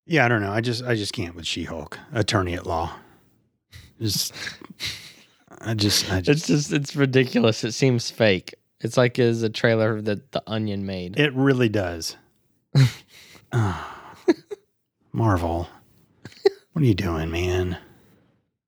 Speaker 2: Yeah, I don't know. I just I just can't with She Hulk, attorney at law. Just I just I
Speaker 1: it's
Speaker 2: just
Speaker 1: just it's ridiculous. It seems fake. It's like is a trailer that the Onion made.
Speaker 2: it really does. Ah. Marvel. What are you doing, man?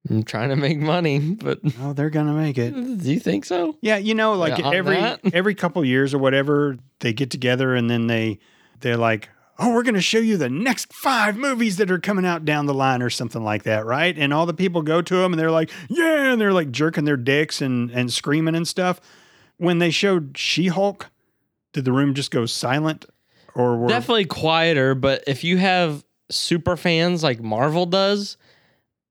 Speaker 1: I'm trying to make money, but do
Speaker 2: Oh, they're gonna make it.
Speaker 1: you think so?
Speaker 2: Yeah, you know, like
Speaker 1: Yeah, on
Speaker 2: every
Speaker 1: that.
Speaker 2: every couple years or whatever, they get together and then they they're like, "Oh, we're going to show you the next five movies that are coming out down the line or something like that, right?" And all the people go to them and they're like, "Yeah!" and they're like jerking their dicks and and screaming and stuff. When they showed She-Hulk, did the room just go silent or were
Speaker 1: Definitely quieter, but if you have super fans like Marvel does,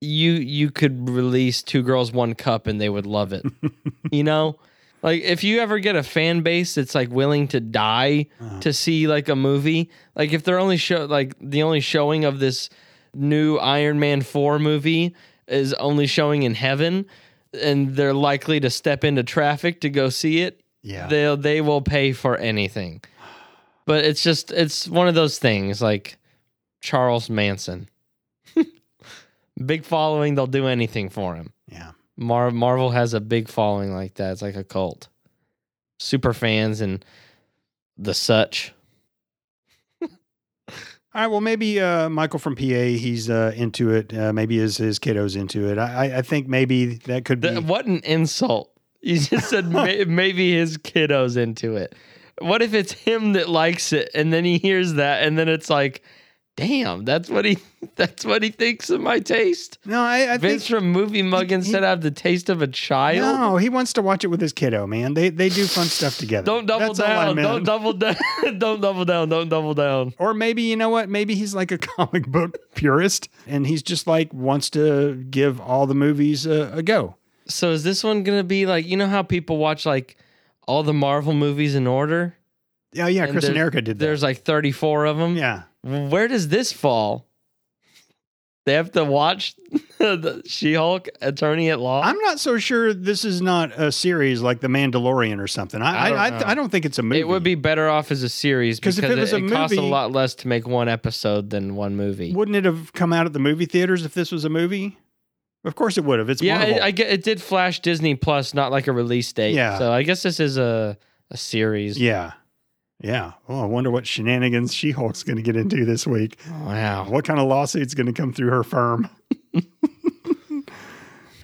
Speaker 1: you you could release Two Girls One Cup and they would love it. you know? Like if you ever get a fan base that's like willing to die
Speaker 2: uh,
Speaker 1: to see like a movie, like if they're only show like the only showing of this new Iron Man 4 movie is only showing in heaven and they're likely to step into traffic to go see it,
Speaker 2: Yeah.
Speaker 1: they'll they will pay for anything but it's just it's one of those things like charles manson big following they'll do anything for him
Speaker 2: yeah.
Speaker 1: Mar- marvel has a big following like that it's like a cult super fans and the such
Speaker 2: All right. Well, maybe uh, Michael from PA, he's uh, into it. Uh, maybe his his kiddos into it. I, I- I think maybe that could be.
Speaker 1: Th- what an insult you just said may- maybe his kiddos into it what if it's him that likes it and then he hears that and then it's like damn that's what he that's what he thinks of my taste
Speaker 2: no, I, I think
Speaker 1: Vince from Movie Muggins
Speaker 2: he-
Speaker 1: said I have the taste of a child.
Speaker 2: No, he wants to watch it with his kiddo, man. They they do fun stuff together.
Speaker 1: Don't double
Speaker 2: That's all I
Speaker 1: down.
Speaker 2: meant.
Speaker 1: Don't double down. don't double down. Don't double down.
Speaker 2: or maybe you know what? Maybe he's like a comic book purist, and he's just like wants to give all the movies a, a go.
Speaker 1: So is this one gonna be like you know how people watch like all the Marvel movies in order?
Speaker 2: Yeah, yeah.
Speaker 1: And
Speaker 2: Chris and
Speaker 1: there-
Speaker 2: Erica did that.
Speaker 1: There's like 34 of them.
Speaker 2: yeah,
Speaker 1: Where does this fall? They have to watch the She-Hulk Attorney at Law.
Speaker 2: I'm not so sure this is not a series like The Mandalorian or something. I I
Speaker 1: I don't
Speaker 2: I,
Speaker 1: know.
Speaker 2: th- I don't think it's a movie.
Speaker 1: it would be better off as a series
Speaker 2: 'Cause
Speaker 1: because
Speaker 2: if it was a
Speaker 1: it, it costs a
Speaker 2: movie-
Speaker 1: lot less to make one episode than one movie.
Speaker 2: Wouldn't it have come out at the movie theaters if this was a movie? Of course it would have. It's
Speaker 1: Yeah,
Speaker 2: Marvel.
Speaker 1: I, I get it did flash Disney Plus, not like a release date.
Speaker 2: Yeah.
Speaker 1: So I guess this is a, a series.
Speaker 2: yeah, yeah. Oh, I wonder what shenanigans She Hulk's going to get into this week.
Speaker 1: Wow.
Speaker 2: Uh, What kind of lawsuit's going to come through her firm?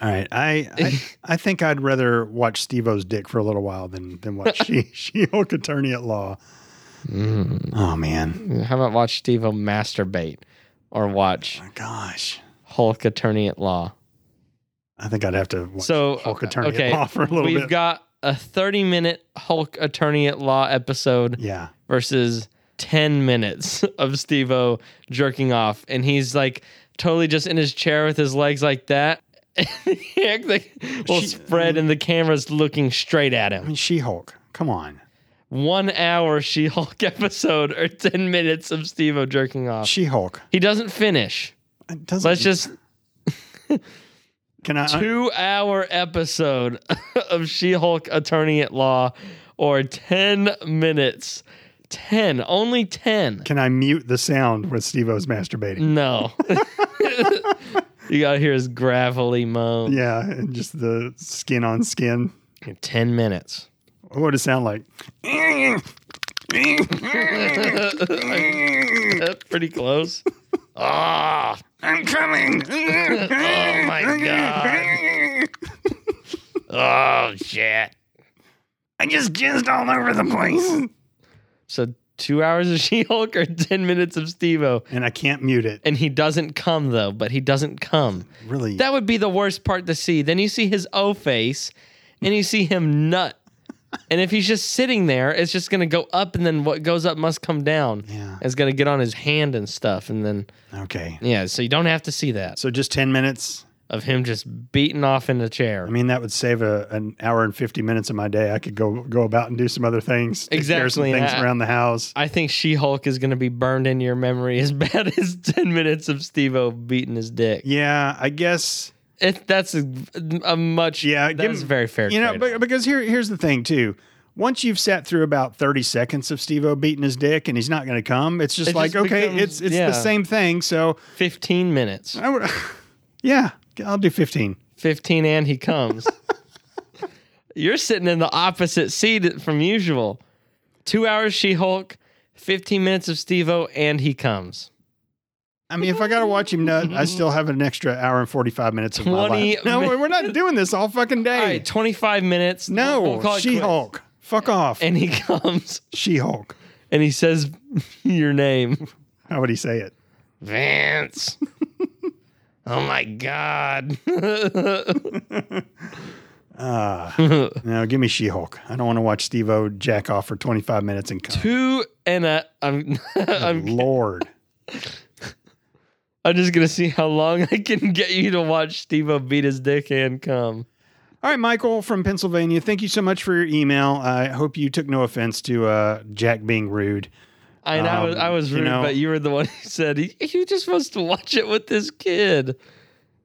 Speaker 2: All right, I, I I think I'd rather watch Steve-O's dick for a little while than than watch she she Hulk attorney at law.
Speaker 1: Mm.
Speaker 2: Oh man,
Speaker 1: How about watch Steve masturbate or watch
Speaker 2: my gosh,
Speaker 1: Hulk Attorney at Law?
Speaker 2: I think I'd have to watch
Speaker 1: So,
Speaker 2: Hulk attorney
Speaker 1: okay,
Speaker 2: at law for a little
Speaker 1: We've
Speaker 2: bit.
Speaker 1: got a 30 minute Hulk Attorney at Law episode
Speaker 2: yeah,
Speaker 1: versus 10 minutes of Steve O jerking off. And he's like totally just in his chair with his legs like that. well,
Speaker 2: She-
Speaker 1: spread and the camera's looking straight at him.
Speaker 2: I mean She Hulk. Come on,
Speaker 1: one hour She Hulk episode or 10 minutes of Steve O jerking off.
Speaker 2: She Hulk.
Speaker 1: He doesn't finish.
Speaker 2: Doesn't
Speaker 1: Uh, Let's just
Speaker 2: can I
Speaker 1: two hour episode of She Hulk Attorney at Law or 10 minutes. 10, only 10. Mm.
Speaker 2: can I mute the sound with Steve-O's masturbating?
Speaker 1: No. You gotta hear his gravelly moan.
Speaker 2: Yeah, and just the skin on skin.
Speaker 1: In Ten minutes.
Speaker 2: What would it sound like?
Speaker 1: Pretty close. Ah,
Speaker 3: I'm coming.
Speaker 1: oh my god. oh shit.
Speaker 3: I just jizzed all over the place.
Speaker 1: So two hours of She-Hulk or ten minutes of Steve-O.
Speaker 2: And I can't mute it.
Speaker 1: And he doesn't come though, but he doesn't come.
Speaker 2: Really?
Speaker 1: That would be the worst part to see. Then you see his O face and you see him nut. And if he's just sitting there, it's just gonna go up and then what goes up must come down.
Speaker 2: Yeah.
Speaker 1: It's gonna get on his hand and stuff. And then
Speaker 2: okay.
Speaker 1: yeah, so you don't have to see that.
Speaker 2: So just 10 minutes.
Speaker 1: Of him just beating off in the chair.
Speaker 2: I mean, that would save a, an hour and 50 minutes of my day. I could go go about and do some other things. take care of some
Speaker 1: Exactly, and
Speaker 2: things
Speaker 1: I-
Speaker 2: around the house.
Speaker 1: I think She Hulk is gonna be burned into your memory as bad as ten minutes of Steve O beating his dick.
Speaker 2: yeah, I guess.
Speaker 1: It, that's a, a much
Speaker 2: Yeah,
Speaker 1: yeah.
Speaker 2: give
Speaker 1: That's
Speaker 2: him-
Speaker 1: very fair.
Speaker 2: You know,
Speaker 1: trade-off.
Speaker 2: but, because here here's the thing too. Once you've sat through about 30 seconds of Steve O beating his dick and he's not going to come, it's just
Speaker 1: It
Speaker 2: like,
Speaker 1: just
Speaker 2: okay,
Speaker 1: becomes-
Speaker 2: it's it's
Speaker 1: yeah.
Speaker 2: the same thing. So
Speaker 1: fifteen minutes,
Speaker 2: I would, yeah, I'll do 15.
Speaker 1: fifteen, and he comes. You're sitting in the opposite seat from usual. Two hours She Hulk, fifteen minutes of Steve-O, and he comes.
Speaker 2: I mean, if I got to watch him nut, I still have an extra hour and 45 minutes of my
Speaker 1: 20
Speaker 2: life. No,
Speaker 1: min-
Speaker 2: we're not doing this all fucking day.
Speaker 1: All right, twenty-five minutes.
Speaker 2: no,
Speaker 1: We'll call it
Speaker 2: She Hulk. Fuck off.
Speaker 1: quits. And he comes
Speaker 2: she Hulk.
Speaker 1: and he says your name,
Speaker 2: How would he say it?
Speaker 1: Vance. oh my God.
Speaker 2: No, give me She Hulk. I don't want to watch Steve O jack off for 25 minutes and come.
Speaker 1: Two and a. I'm. I'm
Speaker 2: Lord.
Speaker 1: I'm just gonna see how long I can get you to watch Steve O beat his dick and come.
Speaker 2: All right, Michael from Pennsylvania, thank you so much for your email. I hope you took no offense to uh, Jack being rude.
Speaker 1: I know I was I was
Speaker 2: Um, you
Speaker 1: rude,
Speaker 2: know-
Speaker 1: but you were the one who said "You- you're just supposed to watch it with this kid.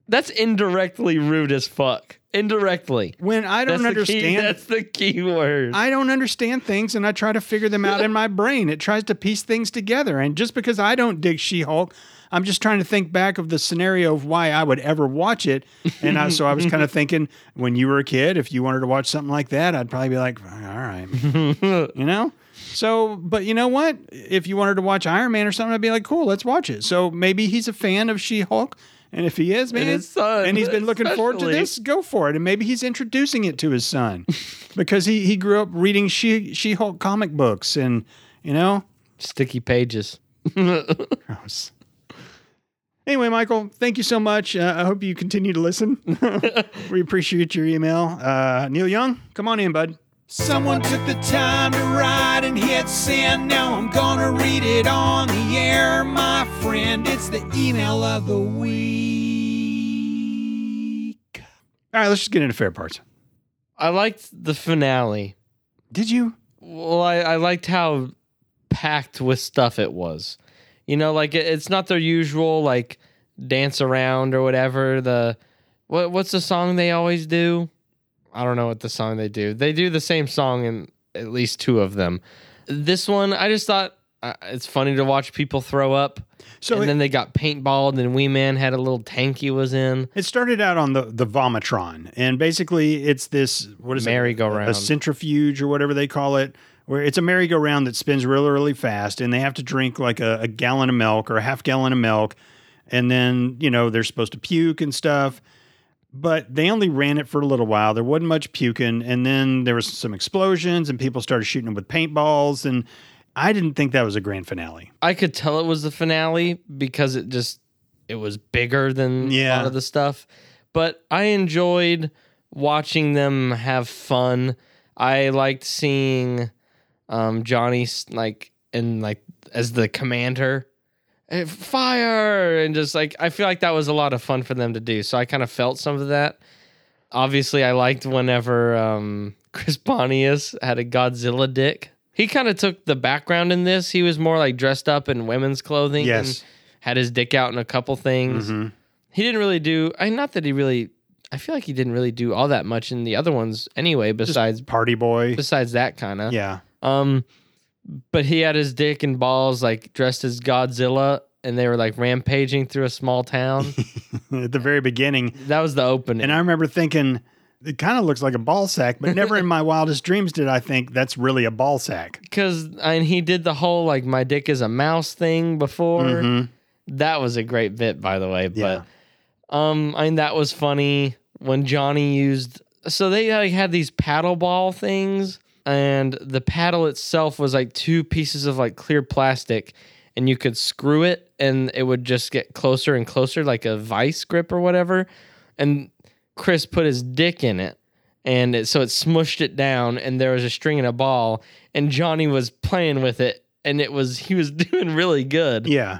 Speaker 1: That's indirectly rude as fuck. Indirectly.
Speaker 2: When I
Speaker 1: That's
Speaker 2: don't
Speaker 1: the key-
Speaker 2: understand,
Speaker 1: that's the key word.
Speaker 2: I don't understand things and I try to figure them out in my brain. It tries to piece things together. And just because I don't dig She Hulk, I'm just trying to think back of the scenario of why I would ever watch it. And I, so I was kind of thinking when you were a kid, if you wanted to watch something like that, I'd probably be like, all right, you know? So, but you know what? If you wanted to watch Iron Man or something, I'd be like, cool, let's watch it. So maybe he's a fan of She Hulk. And if he is, man,
Speaker 1: his son,
Speaker 2: and he's been looking forward to
Speaker 1: especially.
Speaker 2: this, go for it. And maybe he's introducing it to his son because he, he grew up reading She She Hulk comic books and, you know,
Speaker 1: Sticky pages.
Speaker 2: gross. Anyway, Michael, thank you so much. Uh, I hope you continue to listen. we appreciate your email. Uh, Neil Young, come on in, bud.
Speaker 3: Someone took the time to write and hit send. Now I'm gonna read it on the air, my friend. It's the email of the week.
Speaker 2: All right, let's just get into fair parts.
Speaker 1: I liked the finale.
Speaker 2: Did you?
Speaker 1: Well, I, I liked how packed with stuff it was. You know, like it, it's not their usual like dance around or whatever. The what what's the song they always do? I don't know what the song they do. They do the same song in at least two of them. This one, I just thought uh, it's funny to watch people throw up.
Speaker 2: So
Speaker 1: and
Speaker 2: it-
Speaker 1: then they got paintballed, and Wee Man had a little tank he was in.
Speaker 2: It started out on the the Vomitron, and basically it's this what is
Speaker 1: Merry-go-round.
Speaker 2: it, a centrifuge or whatever they call it, where it's a merry-go-round that spins really really fast, and they have to drink like a, a gallon of milk or a half gallon of milk, and then you know they're supposed to puke and stuff. But they only ran it for a little while. There wasn't much puking, and then there was some explosions, and people started shooting them with paintballs, and I didn't think that was a grand finale.
Speaker 1: I could tell it was the finale because it just it was bigger than a
Speaker 2: Yeah.
Speaker 1: lot of the stuff. But I enjoyed watching them have fun. I liked seeing um, Johnny s- like and like as the commander, Eh, fire and just like I feel like that was a lot of fun for them to do. So I kind of felt some of that. Obviously, I liked whenever um, Chris Pontius had a Godzilla dick. He kind of took the background in this. He was more like dressed up in women's clothing.
Speaker 2: Yes. Mm-hmm.
Speaker 1: And had his dick out in a couple things. He didn't really do. I not that he really. I feel like he didn't really do all that much in the other ones anyway. Besides,
Speaker 2: Party boy,
Speaker 1: besides that kind of.
Speaker 2: yeah,
Speaker 1: Um, but he had his dick and balls like dressed as Godzilla and they were like rampaging through a small town.
Speaker 2: at the very beginning.
Speaker 1: that was the opening.
Speaker 2: And I remember thinking, it kind of looks like a ball sack, but never in my wildest dreams did I think that's really a ball sack.
Speaker 1: Because and he did the whole like my dick is a mouse thing before.
Speaker 2: Mhm.
Speaker 1: That was a great bit, by the way.
Speaker 2: Yeah.
Speaker 1: But um, I mean that was funny when Johnny used. So they like had these paddle ball things, and the paddle itself was like two pieces of like clear plastic, and you could screw it, and it would just get closer and closer, like a vice grip or whatever. And Chris put his dick in it, and it, so it smushed it down, and there was a string and a ball, and Johnny was playing with it, and it was he was doing really good.
Speaker 2: Yeah.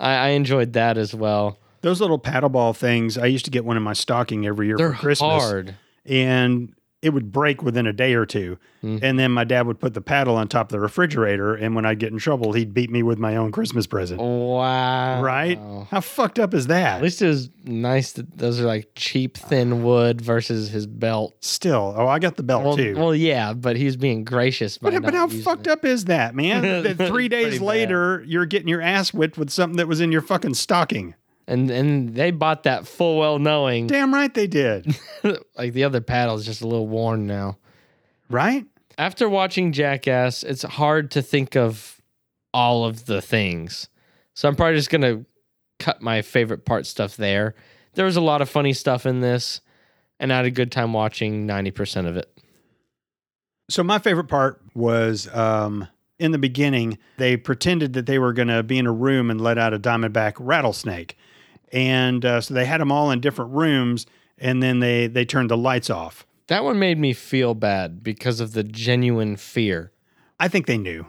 Speaker 1: I, I enjoyed that as well.
Speaker 2: Those little paddle ball things, I used to get one in my stocking every year
Speaker 1: They're
Speaker 2: for Christmas.
Speaker 1: hard.
Speaker 2: And it would break within a day or two.
Speaker 1: Mm.
Speaker 2: And then my dad would put the paddle on top of the refrigerator. And when I'd get in trouble, he'd beat me with my own Christmas present.
Speaker 1: Wow.
Speaker 2: Right? How fucked up is
Speaker 1: Oh. At
Speaker 2: that?
Speaker 1: least it was nice that those are like cheap thin wood versus his belt.
Speaker 2: Still. Oh, I got the belt
Speaker 1: Well,
Speaker 2: too.
Speaker 1: well, yeah, but he was being gracious. By
Speaker 2: But, but how fucked up is that, man? that
Speaker 1: Pretty
Speaker 2: three days
Speaker 1: bad.
Speaker 2: later, you're getting your ass whipped with something that was in your fucking stocking.
Speaker 1: And and they bought that full well knowing.
Speaker 2: Damn right they did.
Speaker 1: like the other paddle's just a little worn now.
Speaker 2: right?
Speaker 1: After watching Jackass, it's hard to think of all of the things. So I'm probably just gonna cut my favorite part stuff there. There was a lot of funny stuff in this, and I had a good time watching 90% of it.
Speaker 2: So my favorite part was um, in the beginning, they pretended that they were going to be in a room and let out a diamondback rattlesnake. And uh, so they had them all in different rooms and then they, they turned the lights off.
Speaker 1: That one made me feel bad because of the genuine fear.
Speaker 2: I think they knew.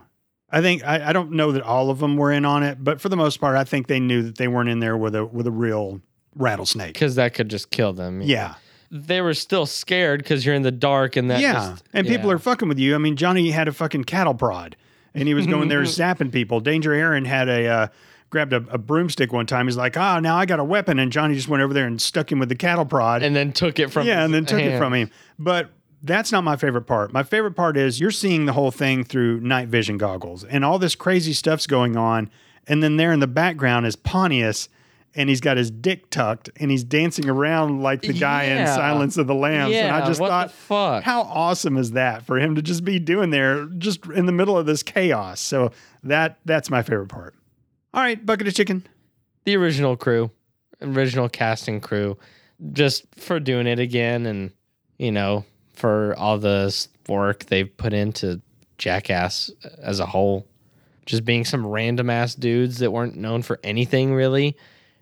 Speaker 2: I think I, I don't know that all of them were in on it, but for the most part, I think they knew that they weren't in there with a with a real rattlesnake.
Speaker 1: because that could just kill them.
Speaker 2: Yeah.
Speaker 1: they were still scared because you're in the dark and that.
Speaker 2: yeah,
Speaker 1: just-
Speaker 2: and people
Speaker 1: yeah.
Speaker 2: are fucking with you. I mean, Johnny had a fucking cattle prod, and he was going there zapping people. Danger Aaron had a uh, grabbed a, a broomstick one time. He's like, "Ah, now I got a weapon," and Johnny just went over there and stuck him with the cattle prod.
Speaker 1: and then took it from
Speaker 2: yeah, and
Speaker 1: his
Speaker 2: then took it
Speaker 1: hand.
Speaker 2: from him. But that's not my favorite part. My favorite part is you're seeing the whole thing through night vision goggles, and all this crazy stuff's going on. And then there in the background is Pontius. And he's got his dick tucked, and he's dancing around like the guy in
Speaker 1: Yeah.
Speaker 2: Silence of the Lambs.
Speaker 1: Yeah,
Speaker 2: and I just
Speaker 1: what
Speaker 2: thought,
Speaker 1: the fuck?
Speaker 2: how awesome is that for him to just be doing there just in the middle of this chaos so that that's my favorite part all right bucket of chicken
Speaker 1: the original crew, original casting crew, just for doing it again and you know for all the s- work they've put into Jackass as a whole, just being some random ass dudes that weren't known for anything really,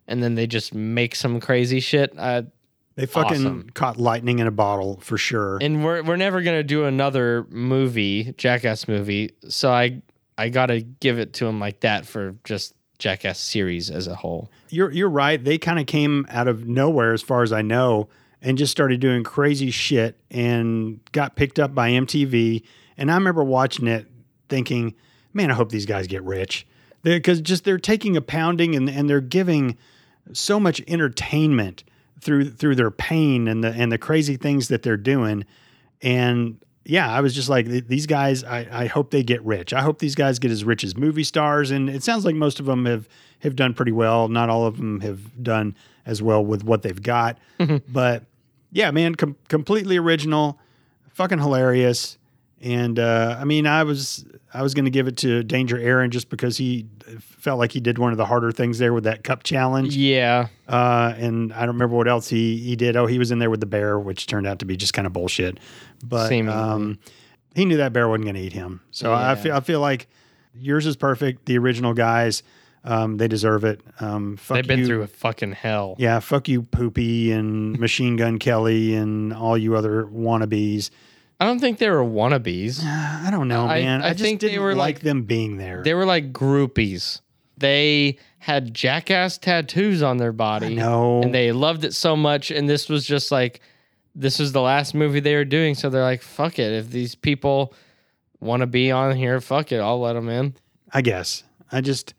Speaker 1: and then they just make some crazy shit. Uh, I
Speaker 2: they fucking
Speaker 1: Awesome.
Speaker 2: caught lightning in a bottle for sure
Speaker 1: and we're we're never gonna do another movie, Jackass movie. So I I gotta give it to him like that for just Jackass series as a whole.
Speaker 2: you're you're right they kind of came out of nowhere as far as i know and just started doing crazy shit and got picked up by mtv and i remember watching it thinking man i hope these guys get rich because just they're taking a pounding and, and they're giving so much entertainment through through their pain and the and the crazy things that they're doing and yeah i was just like "Th- these guys I, I hope they get rich i hope these guys get as rich as movie stars and it sounds like most of them have have done pretty well not all of them have done as well with what they've got but yeah man com- completely original fucking hilarious and uh, i mean i was i was going to give it to danger aaron just because he uh, felt like he did one of the harder things there with that cup challenge
Speaker 1: Yeah,
Speaker 2: uh, and I don't remember what else he he did. Oh, he was in there with the bear, which turned out to be just kind of bullshit. But
Speaker 1: Seemingly.
Speaker 2: um, he knew that bear wasn't going to eat him. So I
Speaker 1: Yeah.
Speaker 2: feel I feel like yours is perfect. The original guys, um, they deserve it. Um, fuck
Speaker 1: they've been
Speaker 2: you.
Speaker 1: through a fucking hell.
Speaker 2: Yeah, fuck you, Poopy and Machine Gun Kelly and all you other wannabes.
Speaker 1: I don't think they were wannabes.
Speaker 2: I don't know,
Speaker 1: I-
Speaker 2: man. I,
Speaker 1: I
Speaker 2: just
Speaker 1: think they
Speaker 2: didn't
Speaker 1: were
Speaker 2: like
Speaker 1: like-
Speaker 2: them being there.
Speaker 1: They were like groupies. They had jackass tattoos on their body.
Speaker 2: no,
Speaker 1: And they loved it so much. And this was just like, this was the last movie they were doing. So they're like, fuck it. If these people want to be on here, fuck it. I'll let them in.
Speaker 2: I guess. I just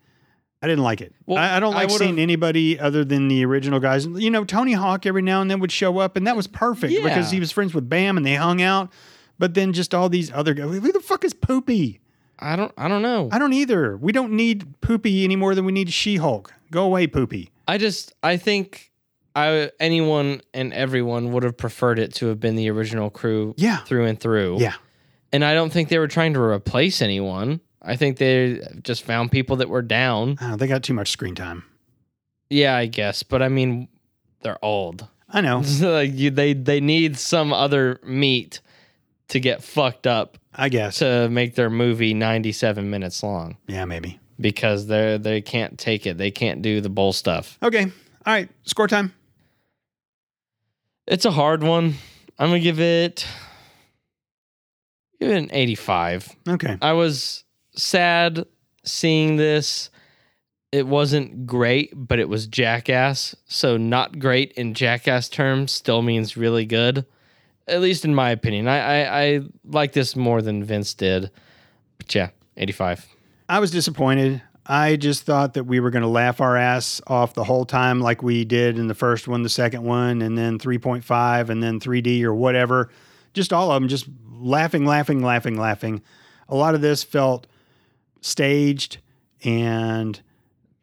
Speaker 2: I didn't like it.
Speaker 1: Well,
Speaker 2: I, I don't
Speaker 1: I
Speaker 2: like
Speaker 1: would've-
Speaker 2: seeing anybody other than the original guys. You know, Tony Hawk every now and then would show up, and that was perfect
Speaker 1: Yeah.
Speaker 2: because he was friends with Bam and they hung out. But then just all these other guys. Who the fuck is Poopy?
Speaker 1: I don't. I don't know.
Speaker 2: I don't either. We don't need Poopy any more than we need She Hulk. Go away, Poopy.
Speaker 1: I just. I think. I anyone and everyone would have preferred it to have been the original crew.
Speaker 2: Yeah.
Speaker 1: Through and through.
Speaker 2: Yeah.
Speaker 1: And I don't think they were trying to replace anyone. I think they just found people that were down.
Speaker 2: Oh, they got too much screen time.
Speaker 1: Yeah, I guess. But I mean, they're old.
Speaker 2: I know.
Speaker 1: So, like you, they they need some other meat to get fucked up
Speaker 2: I guess.
Speaker 1: to make their movie 97 minutes long
Speaker 2: Yeah, maybe.
Speaker 1: because they they can't take it. They can't do the bowl stuff.
Speaker 2: Okay. All right. Score time.
Speaker 1: It's a hard one. I'm gonna give it give it an 85.
Speaker 2: Okay.
Speaker 1: I was sad seeing this. It wasn't great, but it was jackass. So not great in jackass terms still means really good, at least in my opinion. I I, I like this more than Vince did. But yeah, 85.
Speaker 2: I was disappointed. I just thought that we were going to laugh our ass off the whole time, like we did in the first one, the second one, and then 3.5, and then 3D or whatever. Just all of them, just laughing, laughing, laughing, laughing. A lot of this felt staged, and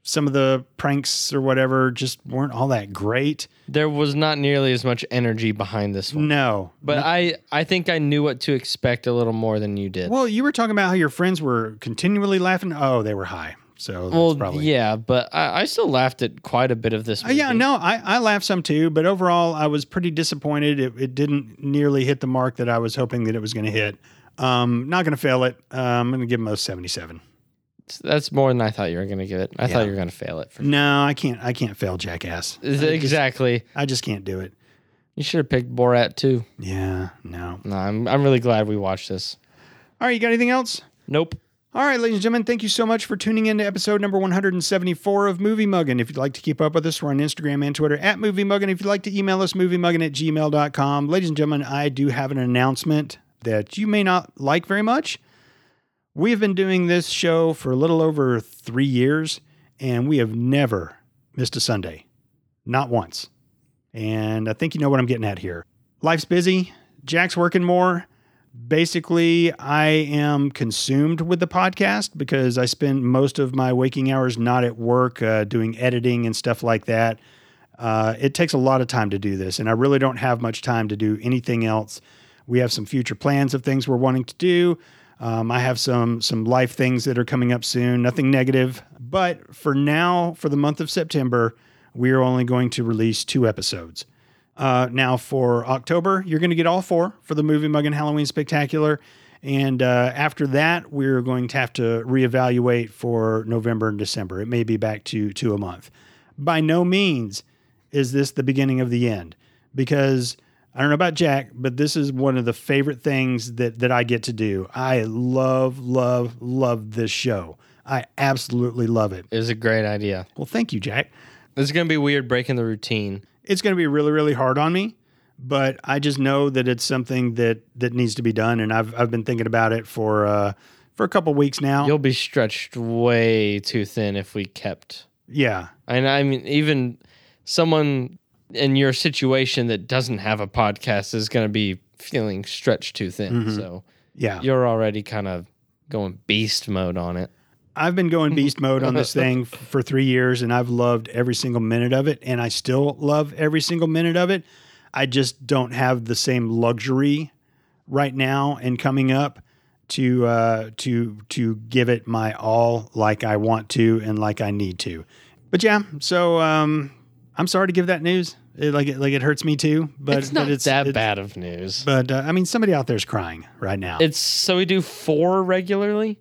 Speaker 2: some of the pranks or whatever just weren't all that great.
Speaker 1: There was not nearly as much energy behind this one.
Speaker 2: No.
Speaker 1: But I, I think I knew what to expect a little more than you did.
Speaker 2: Well, you were talking about how your friends were continually laughing. Oh, they were high. So, that's
Speaker 1: Well,
Speaker 2: probably.
Speaker 1: yeah, but I, I still laughed at quite a bit of this.
Speaker 2: Uh,
Speaker 1: Movie.
Speaker 2: Yeah, no, I, I laughed some too, but overall, I was pretty disappointed. It, it didn't nearly hit the mark that I was hoping that it was going to hit. Um, not going to fail it. Um, I'm going to give him a 77.
Speaker 1: That's more than I thought you were going to give it. I
Speaker 2: Yeah.
Speaker 1: thought you were going to fail it. For
Speaker 2: No, I can't. I can't fail Jackass. I just-
Speaker 1: exactly.
Speaker 2: I just can't do it.
Speaker 1: you should have picked Borat too.
Speaker 2: Yeah, no.
Speaker 1: No, I'm I'm really glad we watched this.
Speaker 2: All right, you got anything else?
Speaker 1: Nope.
Speaker 2: All right, ladies and gentlemen, thank you so much for tuning in to episode number 174 of Movie Muggin. If you'd like to keep up with us, we're on Instagram and Twitter at Movie Muggin. If you'd like to email us, moviemuggin at gmail.com. Ladies and gentlemen, I do have an announcement that you may not like very much. We have been doing this show for a little over three years, and we have never missed a Sunday, not once. And I think you know what I'm getting at here. Life's busy, Jack's working more basically i am consumed with the podcast because i spend most of my waking hours not at work uh, doing editing and stuff like that uh, it takes a lot of time to do this and i really don't have much time to do anything else we have some future plans of things we're wanting to do um, i have some some life things that are coming up soon nothing negative but for now for the month of september we are only going to release two episodes uh, now for October, you're going to get all four for the Movie Mug and Halloween Spectacular. And uh, after that, we're going to have to reevaluate for November and December. It may be back to to a month. By no means is this the beginning of the end because I don't know about Jack, but this is one of the favorite things that that I get to do. I love, love, love this show. I absolutely love it.
Speaker 1: It was a great idea.
Speaker 2: Well, thank you, Jack.
Speaker 1: It's gonna be weird breaking the routine.
Speaker 2: it's going to be really really hard on me but i just know that it's something that that needs to be done and i've i've been thinking about it for uh for a couple weeks now
Speaker 1: You'll be stretched way too thin if we kept.
Speaker 2: yeah
Speaker 1: And I mean, even someone in your situation that doesn't have a podcast is gonna be feeling stretched too thin.
Speaker 2: Mm-hmm.
Speaker 1: So
Speaker 2: yeah
Speaker 1: you're already kind of going beast mode on it.
Speaker 2: i've been going beast mode on this thing f- for 3 years and i've loved every single minute of it and i still love every single minute of it i just don't have the same luxury right now and coming up to uh to to give it my all like i want to and like i need to but yeah so um i'm sorry to give that news it, like it like it hurts me too but
Speaker 1: it's not
Speaker 2: but it's
Speaker 1: that
Speaker 2: it's-
Speaker 1: bad of news.
Speaker 2: but uh, i mean somebody out there's crying right now
Speaker 1: It's so we do four regularly.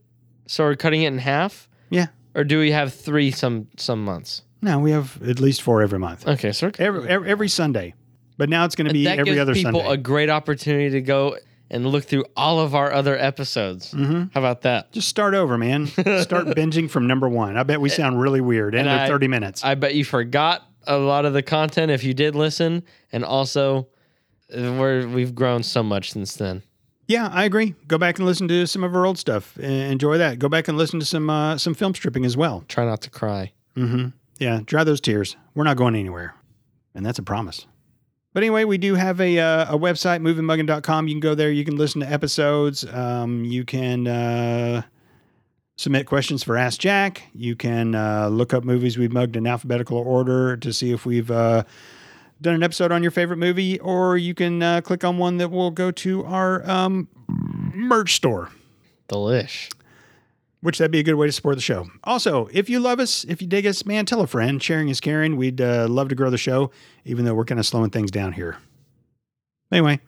Speaker 1: So we're cutting it in half.
Speaker 2: yeah
Speaker 1: Or do we have three some some months?
Speaker 2: no we have at least four every month
Speaker 1: Okay, so we're,
Speaker 2: every every, every sunday but now it's going to be
Speaker 1: that
Speaker 2: every
Speaker 1: gives
Speaker 2: other
Speaker 1: people
Speaker 2: sunday
Speaker 1: a great opportunity to go and look through all of our other episodes.
Speaker 2: Mm-hmm.
Speaker 1: How about that?
Speaker 2: just start over man start binging from number one i bet we sound really weird and,
Speaker 1: Eh, And
Speaker 2: they're
Speaker 1: I-
Speaker 2: 30 minutes
Speaker 1: I bet you forgot a lot of the content if you did listen, and also uh, we're we've grown so much since then.
Speaker 2: Yeah, I agree. Go back and listen to some of our old stuff. E- Enjoy that. Go back and listen to some uh, some film stripping as well.
Speaker 1: Try not to cry.
Speaker 2: Mm-hmm. Yeah, dry those tears. We're not going anywhere, and that's a promise. But anyway, we do have a uh, a website, moviemuggin.com. You can go there. You can listen to episodes. Um, you can uh, submit questions for Ask Jack. You can uh, look up movies we've mugged in alphabetical order to see if we've uh, done an episode on your favorite movie, or you can uh, click on one that will go to our um, merch store
Speaker 1: Delish.
Speaker 2: which that'd be a good way to support the show. Also, if you love us, if you dig us, man, tell a friend. Sharing is caring. We'd uh, love to grow the show, even though we're kind of slowing things down here. Anyway,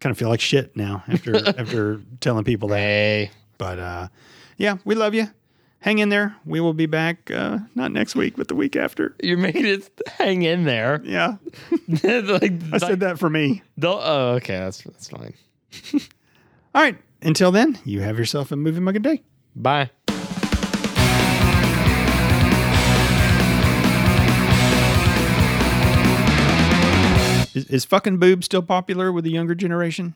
Speaker 2: kind of feel like shit now after after telling people that.
Speaker 1: Hey.
Speaker 2: But uh, yeah, we love you. Hang in there. We will be back uh, not next week, but the week after.
Speaker 1: You made it hang in there.
Speaker 2: Yeah,
Speaker 1: like,
Speaker 2: I said that for me.
Speaker 1: Oh, okay. That's, that's fine.
Speaker 2: All right. Until then, you have yourself a movie mug a day.
Speaker 1: Bye.
Speaker 2: Is, is fucking boob still popular with the younger generation?